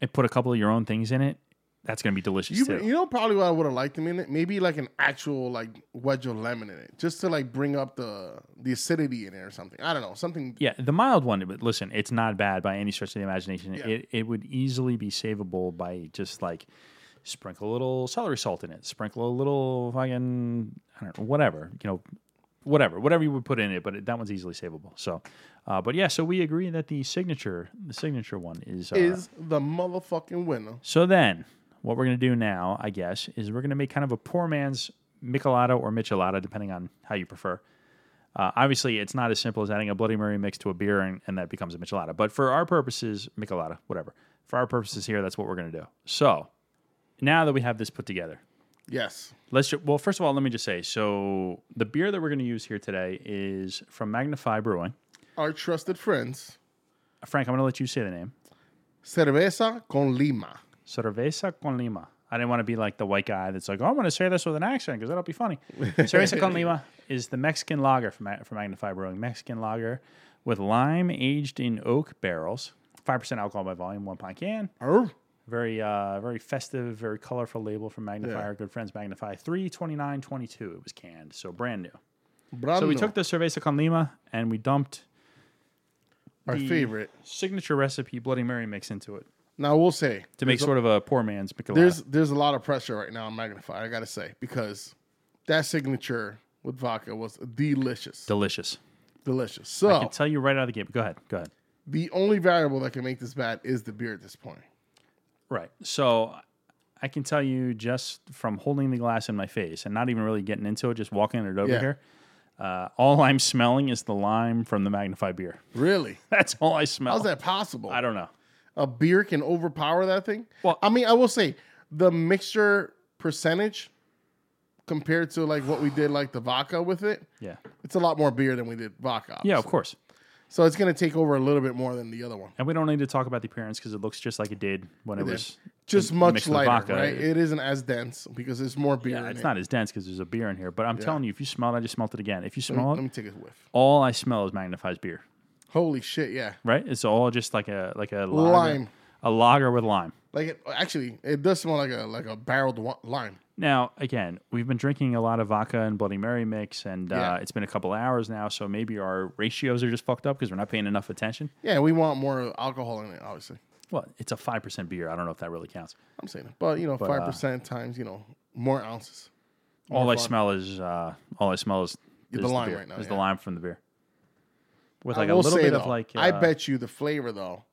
and put a couple of your own things in it, that's going to be delicious
You,
too.
you know probably what I would have liked him in it? Maybe like an actual like wedge of lemon in it. Just to like bring up the the acidity in it or something. I don't know. Something
Yeah, the mild one, but listen, it's not bad by any stretch of the imagination.
Yeah.
It it would easily be savable by just like sprinkle a little celery salt in it, sprinkle a little fucking I don't know, whatever, you know, whatever, whatever you would put in it, but it, that one's easily savable. So, uh, but yeah, so we agree that the signature, the signature one is uh,
is the motherfucking winner.
so then, what we're going to do now, I guess, is we're going to make kind of a poor man's Michelada or Michelada, depending on how you prefer. Uh, obviously, it's not as simple as adding a Bloody Mary mix to a beer and, and that becomes a Michelada. But for our purposes, Michelada, whatever. For our purposes here, that's what we're going to do. So now that we have this put together,
Yes.
Let's ju- well, first of all, let me just say. So the beer that we're going to use here today is from Magnify Brewing.
Our trusted friends,
Frank, I'm going to let you say the name.
Cerveza con Lima.
Cerveza con Lima. I didn't want to be like the white guy that's like, oh, I'm going to say this with an accent because that'll be funny. Cerveza con Lima is the Mexican lager from, Ma- from Magnify Brewing. Mexican lager with lime aged in oak barrels, 5% alcohol by volume, one pint can.
Arr.
Very uh, very festive, very colorful label from Magnify,
Yeah.
our good friends Magnify. 32922 it was canned, so brand new.
Brando,
So we took the cerveza con lima and we dumped
our
the-
favorite.
signature recipe Bloody Mary mix into it
Now we'll say
to make
there's a-
sort of a poor man's Michelada.
there's there's a lot of pressure right now on Magnify. I gotta say because that signature with vodka was delicious,
delicious.
delicious.
I
So
can tell you right out of the gate. Go ahead. Go ahead.
the only variable that can make this bad is the beer at this point.
Right. So I can tell you just from holding the glass in my face and not even really getting into it, just walking it over
Yeah.
here. Uh, all I'm smelling is the lime from the Magnify beer.
Really?
That's all I smell.
How's that possible?
I don't know.
a beer can overpower that thing.
Well-
I mean, I will say the mixture percentage compared to like what we did, like the vodka with it,
Yeah.
it's a lot more beer than we did vodka.
Yeah,
obviously.
of course.
So it's gonna take over a little bit more than the other one.
And we don't need to talk about the appearance because it looks just like it did when it, was.
Just
m-
much
mixed with
lighter,
vodka,
right?
it-
It isn't as dense because there's more beer.
Yeah,
in
it's
it.
not as dense because there's a beer in here. But I'm telling you, if you smell it, I just smelt it again. If you smell
Let
it,
me take a whiff.
all I smell is Magnify's beer.
Holy shit! Yeah,
right? It's all just like a like a lager,
Lime.
a lager with lime.
like it, actually, it does smell like a like a barreled wa- lime.
Now, again, we've been drinking a lot of vodka and Bloody Mary mix, and
Yeah.
uh, it's been a couple hours now, so maybe our ratios are just fucked up because we're not paying enough attention.
Yeah, we want more alcohol in it, obviously.
Well, it's a five percent beer. I don't know if that really counts.
I'm saying, it. but you know,
uh,
five percent times you know more ounces.
All I
fun.
smell is uh, all I smell is,
Yeah,
is
the lime
beer,
right now,
Is the
yeah.
lime from the beer with like
I
a
will
little
say,
bit of
though,
like uh,
I bet you the flavor though.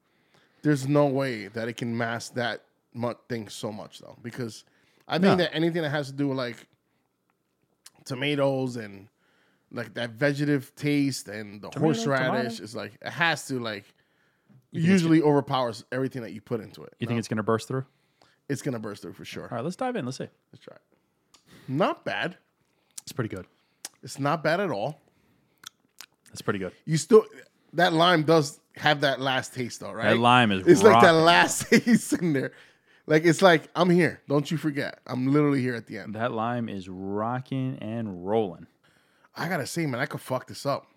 There's no way that it can mask that mu- thing so much though, because I think
No.
that anything that has to do with like tomatoes and like that vegetative taste and the
Tomato,
horseradish
tomato?
is like it has to like usually overpowers everything that you put into it.
You think it's gonna burst through?
It's gonna burst through for sure.
All right, let's dive in. Let's see.
Let's try it. Not bad.
It's pretty good.
It's not bad at all.
It's pretty good.
You still that lime does have that last taste though, right?
That lime is
It's like that
rocking.
last taste in there. Like it's like I'm here. Don't you forget. I'm literally here at the end.
That lime is rocking and rolling.
I gotta say, man, I could fuck this up.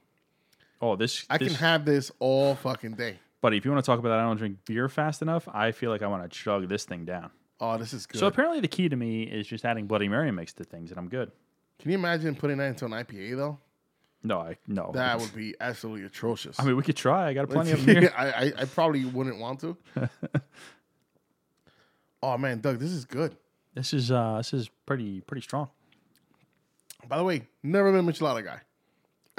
Oh, this
I
this,
can have this all fucking day.
Buddy, if you want to talk about that, I don't drink beer fast enough. I feel like I want to chug this thing down.
Oh, this is good.
So apparently, the key to me is just adding Bloody Mary mix to things, and I'm good.
can you imagine putting that into an IPA though?
No, I no.
That would be absolutely atrocious.
I mean, we could try. I got plenty of them here.
I, I I probably wouldn't want to. oh man, Doug, this is good.
This is uh, this is pretty pretty strong.
By the way, never been a Michelada guy.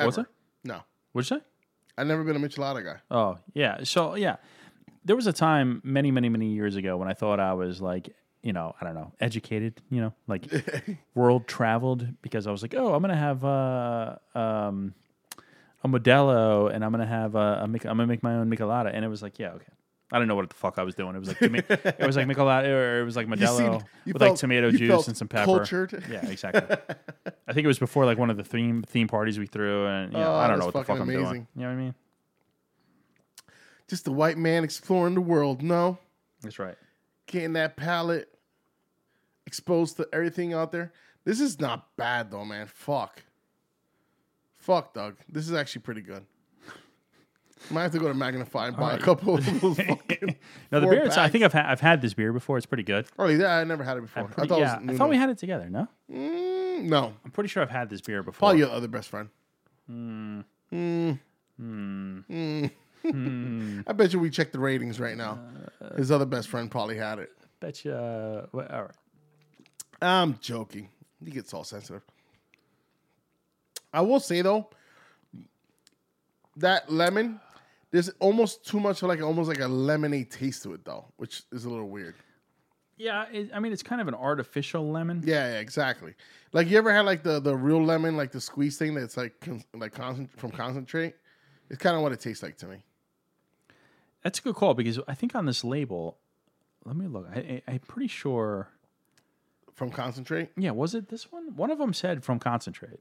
What's
Ever.
it?
No,
What'd you say?
I've never been a Michelada guy.
Oh yeah. So yeah, there was a time many many many years ago when I thought I was like you know I don't know educated you know like world traveled because I was like oh I'm gonna have uh, um, a Modelo and I'm gonna have uh, a Mich- I'm gonna make my own Michelada and it was like yeah okay. I don't know what the fuck I was doing. It was like to me, it was like Michelada, or it was like Modelo
seemed- you
with like
felt-
tomato
you
juice
felt
and some pepper.
cultured.
Yeah, exactly. I think it was before like one of the theme theme parties we threw, and you know,
Oh,
I don't
that's
know what the fuck
fucking
I'm doing.
amazing.
You know what I mean?
Just a white man exploring the world. No,
That's right.
getting that palate exposed to everything out there. This is not bad though, man. Fuck. Fuck, Doug. This is actually pretty good. Might have to go to Magnify and buy a couple of those. fucking-
No, the
Four
beer. It's, I
bags.
think I've had, I've had this beer before. It's pretty good.
Oh, yeah, I never had it before. I
Pretty-
thought,
yeah,
it was,
I thought we had it together. No,
Mm, no,
I'm pretty sure I've had this beer before.
probably your other best friend. Mm. Mm. I bet you we checked the ratings right now. His other best friend probably had it.
Bet you. Uh, well, all right.
I'm joking. He gets all sensitive. I will say though, that lemon, there's almost too much of like almost like a lemonade taste to it though, which is a little weird.
Yeah, it, I mean it's kind of an artificial lemon.
Yeah, yeah, exactly. Like you ever had like the the real lemon, like the squeeze thing that's like con- like concent- from concentrate. It's kind of what it tastes like to me.
That's a good call because I think on this label, let me look. I, I, I'm pretty sure.
From concentrate,
Yeah, was it this one? One of them said from concentrate.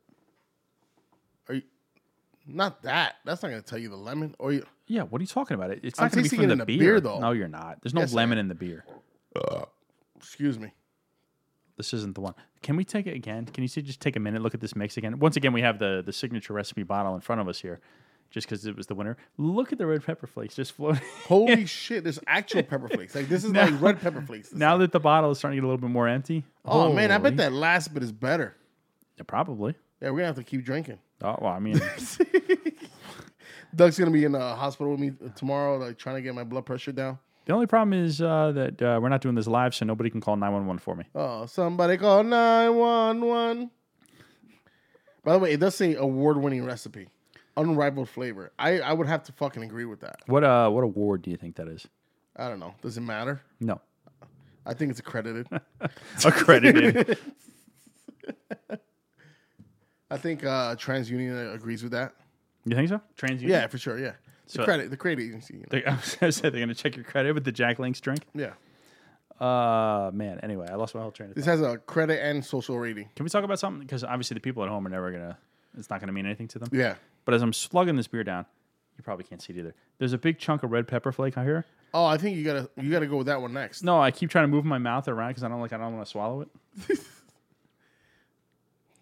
not that. That's not gonna tell you the lemon or you.
Yeah, what are you talking about? It, it's
I'm
not going to be
tasting
from
it
the
in the
beer.
beer, though.
No, you're not. There's no
Yes, I
lemon in the beer.
Excuse me.
This isn't the one. Can we take it again? Can you see, just take a minute, look at this mix again? Once again, we have the the signature recipe bottle in front of us here, just because it was the winner. Look at the red pepper flakes just floating.
Holy shit! There's actual pepper flakes. Like this is like red pepper flakes. This-
now that the bottle is starting to get a little bit more empty.
oh man, I
Holy-
bet that last bit is better.
Yeah, probably.
Yeah, we're gonna have to keep drinking.
Oh, well, I mean,
Doug's gonna be in the hospital with me tomorrow, like trying to get my blood pressure down.
the only problem is uh, that uh, we're not doing this live, so nobody can call nine one one for me.
Oh, somebody call nine one one. By the way, it does say award-winning recipe, unrivaled flavor. I I would have to fucking agree with that.
What uh, what award do you think that is?
I don't know. Does it matter?
No,
I think it's accredited.
accredited.
I think uh, TransUnion agrees with that.
you think so? Transunion.
Yeah, for sure. Yeah,
So-
the credit, the credit agency. you know.
They, I was gonna say they're gonna check your credit with the Jack Links drink.
Yeah,
Uh man. Anyway, I lost my whole train of
this
thought.
has a credit and social rating.
Can we talk about something? Because obviously the people at home are never gonna. It's not gonna mean anything to them.
Yeah.
But as I'm slugging this beer down, you probably can't see it either. There's a big chunk of red pepper flake out here.
Oh, I think you gotta you gotta go with that one next.
No, I keep trying to move my mouth around because I don't like. I don't want to swallow it.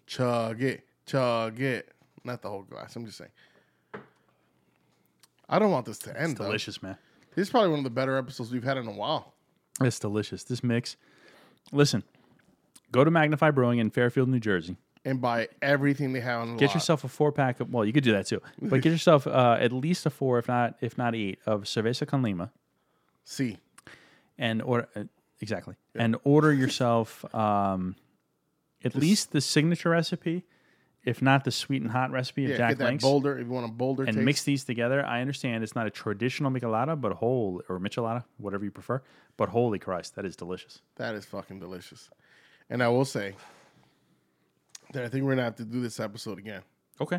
Chug it, chug it. Not the whole glass. I'm just saying. I don't want this to end.
It's
Though. This
delicious, man.
is probably one of the better episodes we've had in a while.
It's delicious. This mix. Listen, go to Magnify Brewing in Fairfield, New Jersey.
And by everything they have on the
Get
lot.
yourself a four pack. Of, well, you could do that too, but get yourself uh, at least a four, if not if not eight, of Cerveza con Lima.
See,
and order uh, exactly and order yourself um, at least the signature recipe, if not the sweet and hot recipe of
yeah,
Jack
get that
Links,
bolder if you want a bolder
and
taste.
mix these together. I understand it's not a traditional michelada, but whole or michelada, whatever you prefer. But holy Christ, that is delicious.
That is fucking delicious. And I will say that I think we're gonna have to do this episode again.
Okay,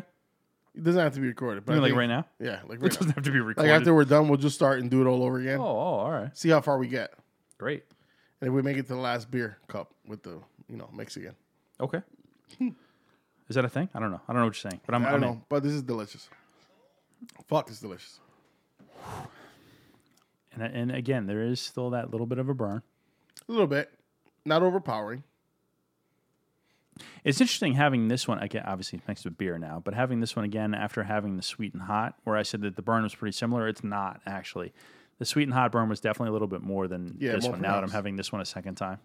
It doesn't have to be recorded, but
I
I
mean, like
think-
right now,
yeah, like
it
right now.
doesn't have to be
like
recorded.
after we're done, we'll just start and do it all over again.
oh, oh, all right,
See how far we get,
great.
and if we make it to the last beer cup with the you know mix again.
Okay, is that a thing? I don't know. Um, I don't know what you're saying, but I'm.
Hmm. I
I'm
don't
in.
know, but this is delicious. Fuck, it's delicious.
And, and again, there is still that little bit of a burn.
A little bit, not overpowering.
It's interesting having this one again. Obviously, it's mixed with beer now, but having this one again after having the sweet and hot, where I said that the burn was pretty similar. It's not actually. The sweet and hot burn was definitely a little bit more than
Yeah,
this
more
one. Now that I'm
pronounced.
having this one a second time.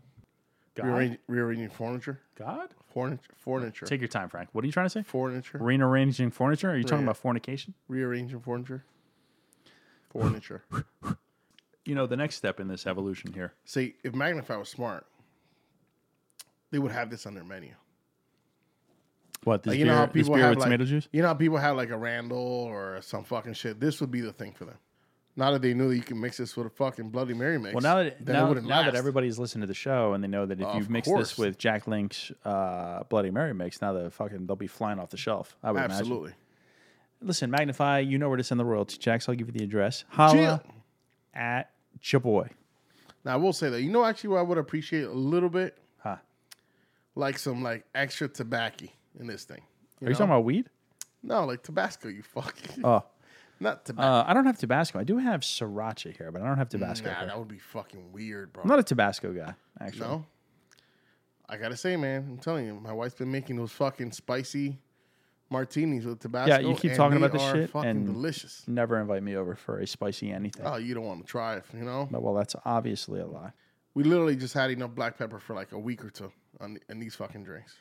God,
Rearranging, rearranging furniture,
God,
furniture, furniture,
take your time, Frank. What are you trying to say?
furniture,
Rearranging furniture? Are you talking
Right.
about fornication?
rearranging furniture, furniture.
You know, the next step in this evolution here.
See, if Magnify was smart, they would have this on their menu.
What this
Like,
beer?
you know how
this
people
beer
have
with
like,
tomato juice?
You know how people have like a Randall or some fucking shit. This would be the thing for them. Now that they knew that you can mix this with a fucking Bloody Mary mix.
Well, now that
then it
now,
wouldn't
now that
last.
everybody's listened to the show and they know that if
Of
you've mixed this
course.
with Jack Link's uh, Bloody Mary mix, now the fucking they'll be flying off the shelf. I would imagine.
absolutely.
Listen, Magnify, you know where to send the royalty checks. I'll give you the address. Holla
Jill.
at your boy.
Now I will say that you know actually what I would appreciate a little bit,
Huh.
like some like extra tobacco in this thing.
Are you talking about weed?
No, like Tabasco, you fuck.
Oh,
Not Tabasco.
uh, I don't have Tabasco. I do have sriracha here, but I don't have Tabasco.
nah,
here.
that would be fucking weird, bro.
I'm not a Tabasco guy, actually.
No. I gotta say, man, I'm telling you, my wife's been making those fucking spicy martinis with Tabasco.
Yeah, you keep
and
talking
they
about this
are
shit,
Fucking
and-
delicious.
Never invite me over for a spicy anything.
Oh, you don't want to try it, you know?
But, well, that's obviously a lie.
We literally just had enough black pepper for like a week or two on in these fucking drinks.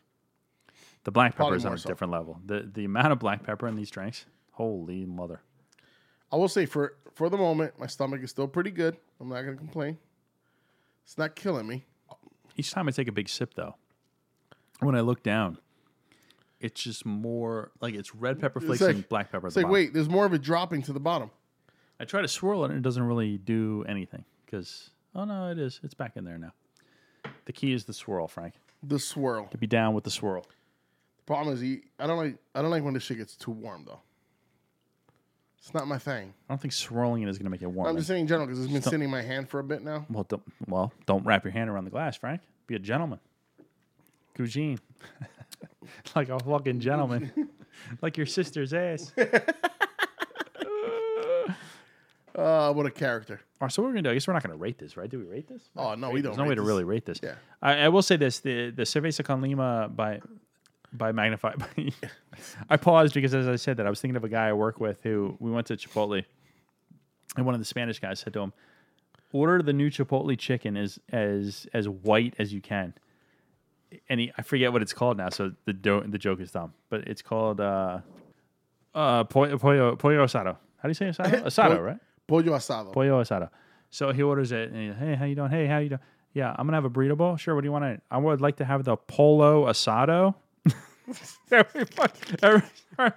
The black
Probably
pepper is on
more
a
so.
different level. The the amount of black pepper in these drinks, holy mother.
I will say for for the moment, my stomach is still pretty good. I'm not gonna complain. It's not killing me.
Each time I take a big sip, though, when I look down, it's just more like it's red pepper flakes
like-
and black pepper. at
It's
the
like,
bottom.
wait, there's more of it dropping to the bottom.
I try to swirl it and it doesn't really do anything because oh no, it is. It's back in there now. The key is the swirl, Frank.
The swirl.
To be down with the swirl.
Problem is, he, I don't like. I don't like when this shit gets too warm though. It's not my thing.
I don't think swirling it is going to make it warm.
I'm just saying in general because it's been sitting in my hand for a bit now.
well, don't, well, don't wrap your hand around the glass, Frank. Be a gentleman. Gugine. like a fucking gentleman. like your sister's ass.
Uh, what a character.
All right, so what we're gonna do? I guess we're not gonna rate this, right? Do we rate this?
Oh no, we don't.
There's no way
rate
to
this.
really rate this.
Yeah.
I, I will say this: the the Cerveza con Lima by by Magnify. By, I paused because, as I said that, I was thinking of a guy I work with who we went to Chipotle, and one of the Spanish guys said to him, "Order the new Chipotle chicken as as as white as you can." And he, I forget what it's called now, so the do, the joke is dumb, but it's called uh, uh, pollo, pollo, pollo asado. How do you say asado? Asado, right?
Pollo asado.
pollo asado. So he orders it, and he's, hey, how you doing? Hey, how you doing? Yeah, I'm gonna have a burrito bowl. Sure. What do you want? to I would like to have the polo asado. Every fuck- every-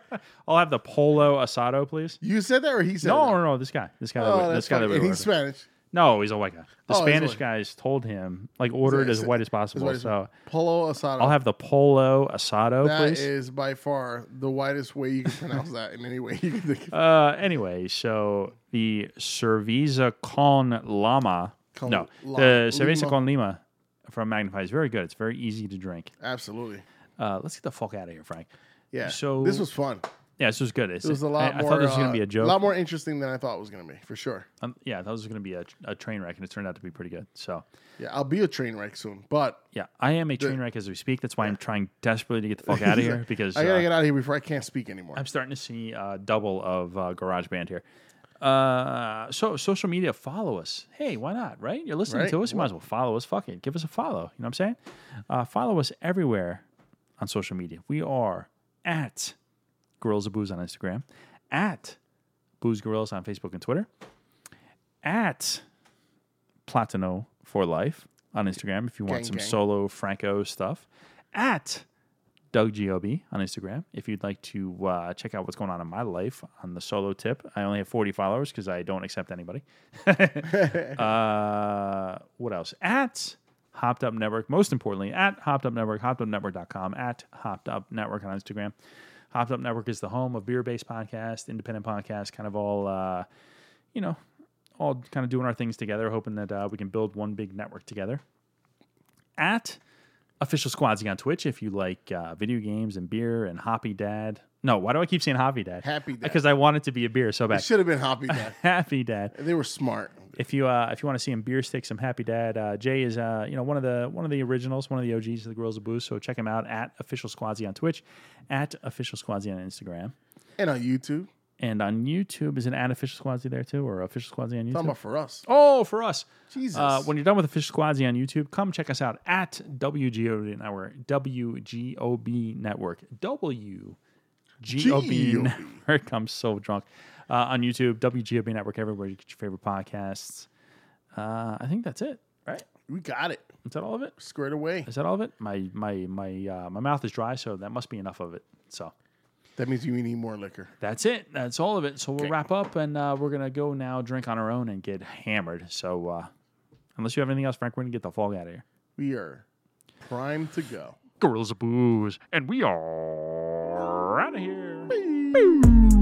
I'll have the polo asado, please.
you said that or he said?
No,
that?
no, no. This guy, this guy, that
Oh,
we-
that's
this guy. That
funny.
we
And
ordered.
he's Spanish.
no, he's a white guy. The
Oh, he's
Spanish
white.
guys told him like order it
It's-
as white as
That's
possible.
what it is.
So
Polo asado.
I'll have the polo asado,
That
please.
is by far the widest way you can pronounce that in any way you can think of.
Uh, anyway, so the cerveza con llama.
Con
no,
la-
the cerveza
lima.
con lima from Magnify is very good. It's very easy to drink.
Absolutely.
Uh, let's get the fuck out of here, Frank.
Yeah.
So-
this was fun.
Yeah, this was good. It's,
It was a lot
I,
more.
I thought this was
uh,
gonna be a joke.
A lot more interesting than I thought it was gonna be, for sure.
Um, yeah, I thought this was gonna be a, a train wreck, and it turned out to be pretty good. So
Yeah, I'll be a train wreck soon, but
yeah, I am a train wreck as we speak. That's why I'm trying desperately to get the fuck out of here because
I gotta
uh,
get out of here before I can't speak anymore.
I'm starting to see uh, double of uh, GarageBand here. Uh, so social media, follow us. Hey, why not? Right? You're listening
Right.
to us. You might as well follow us. Fuck it, give us a follow. You know what I'm saying? Uh, follow us everywhere on social media. We are at Gorillas of Booze on Instagram, at Booze Gorillas on Facebook and Twitter, at Platino for Life on Instagram if you want
Gang,
some
gang.
solo Franco stuff, at Doug Gob on Instagram. If you'd like to uh, check out what's going on in my life on the solo tip, I only have 40 followers because I don't accept anybody. uh, what else? At Hopped Up Network. Most importantly, at Hopped Up Network, hoppedupnetwork.com, at Hopped Up Network on Instagram. Hopped Up Network is the home of beer based podcasts, independent podcasts, kind of all, uh, you know, all kind of doing our things together, hoping that uh, we can build one big network together. At official squadsy on Twitch if you like uh, video games and beer and Hoppy Dad. No, why do I keep saying Hoppy Dad?
Happy Dad.
because I want it to be a beer so bad.
Should have been Hoppy Dad.
Happy Dad.
they were smart.
If you uh, if you want to see him beer stick some Happy Dad, uh, Jay is uh, you know one of the one of the originals, one of the OGs of the Girls of Booze. So check him out at official squadsy on Twitch, at official squadsy on Instagram,
And on YouTube.
and on YouTube is an at official squadsy there too, or official squadsy on YouTube.
Talking about for us.
Oh, for us.
Jesus.
Uh, when you're done with the Fish Squadsy on YouTube, come check us out at WGOB Network. WGOB Network. WGOB
G-O-B.
Network. I'm so drunk. Uh, on YouTube, WGOB Network, everywhere you get your favorite podcasts. Uh, I think that's it, right?
we got it.
Is that all of it?
Squared away.
Is that all of it? My my my uh, my mouth is dry, so that must be enough of it. So
That means you need more liquor.
that's it. That's all of it. So we'll wrap up, and uh, we're gonna go now drink on our own and get hammered. So uh, unless you have anything else, Frank, we're gonna get the fog out of here.
We are primed to go.
Girls of Booze, and we are out of here. Boo.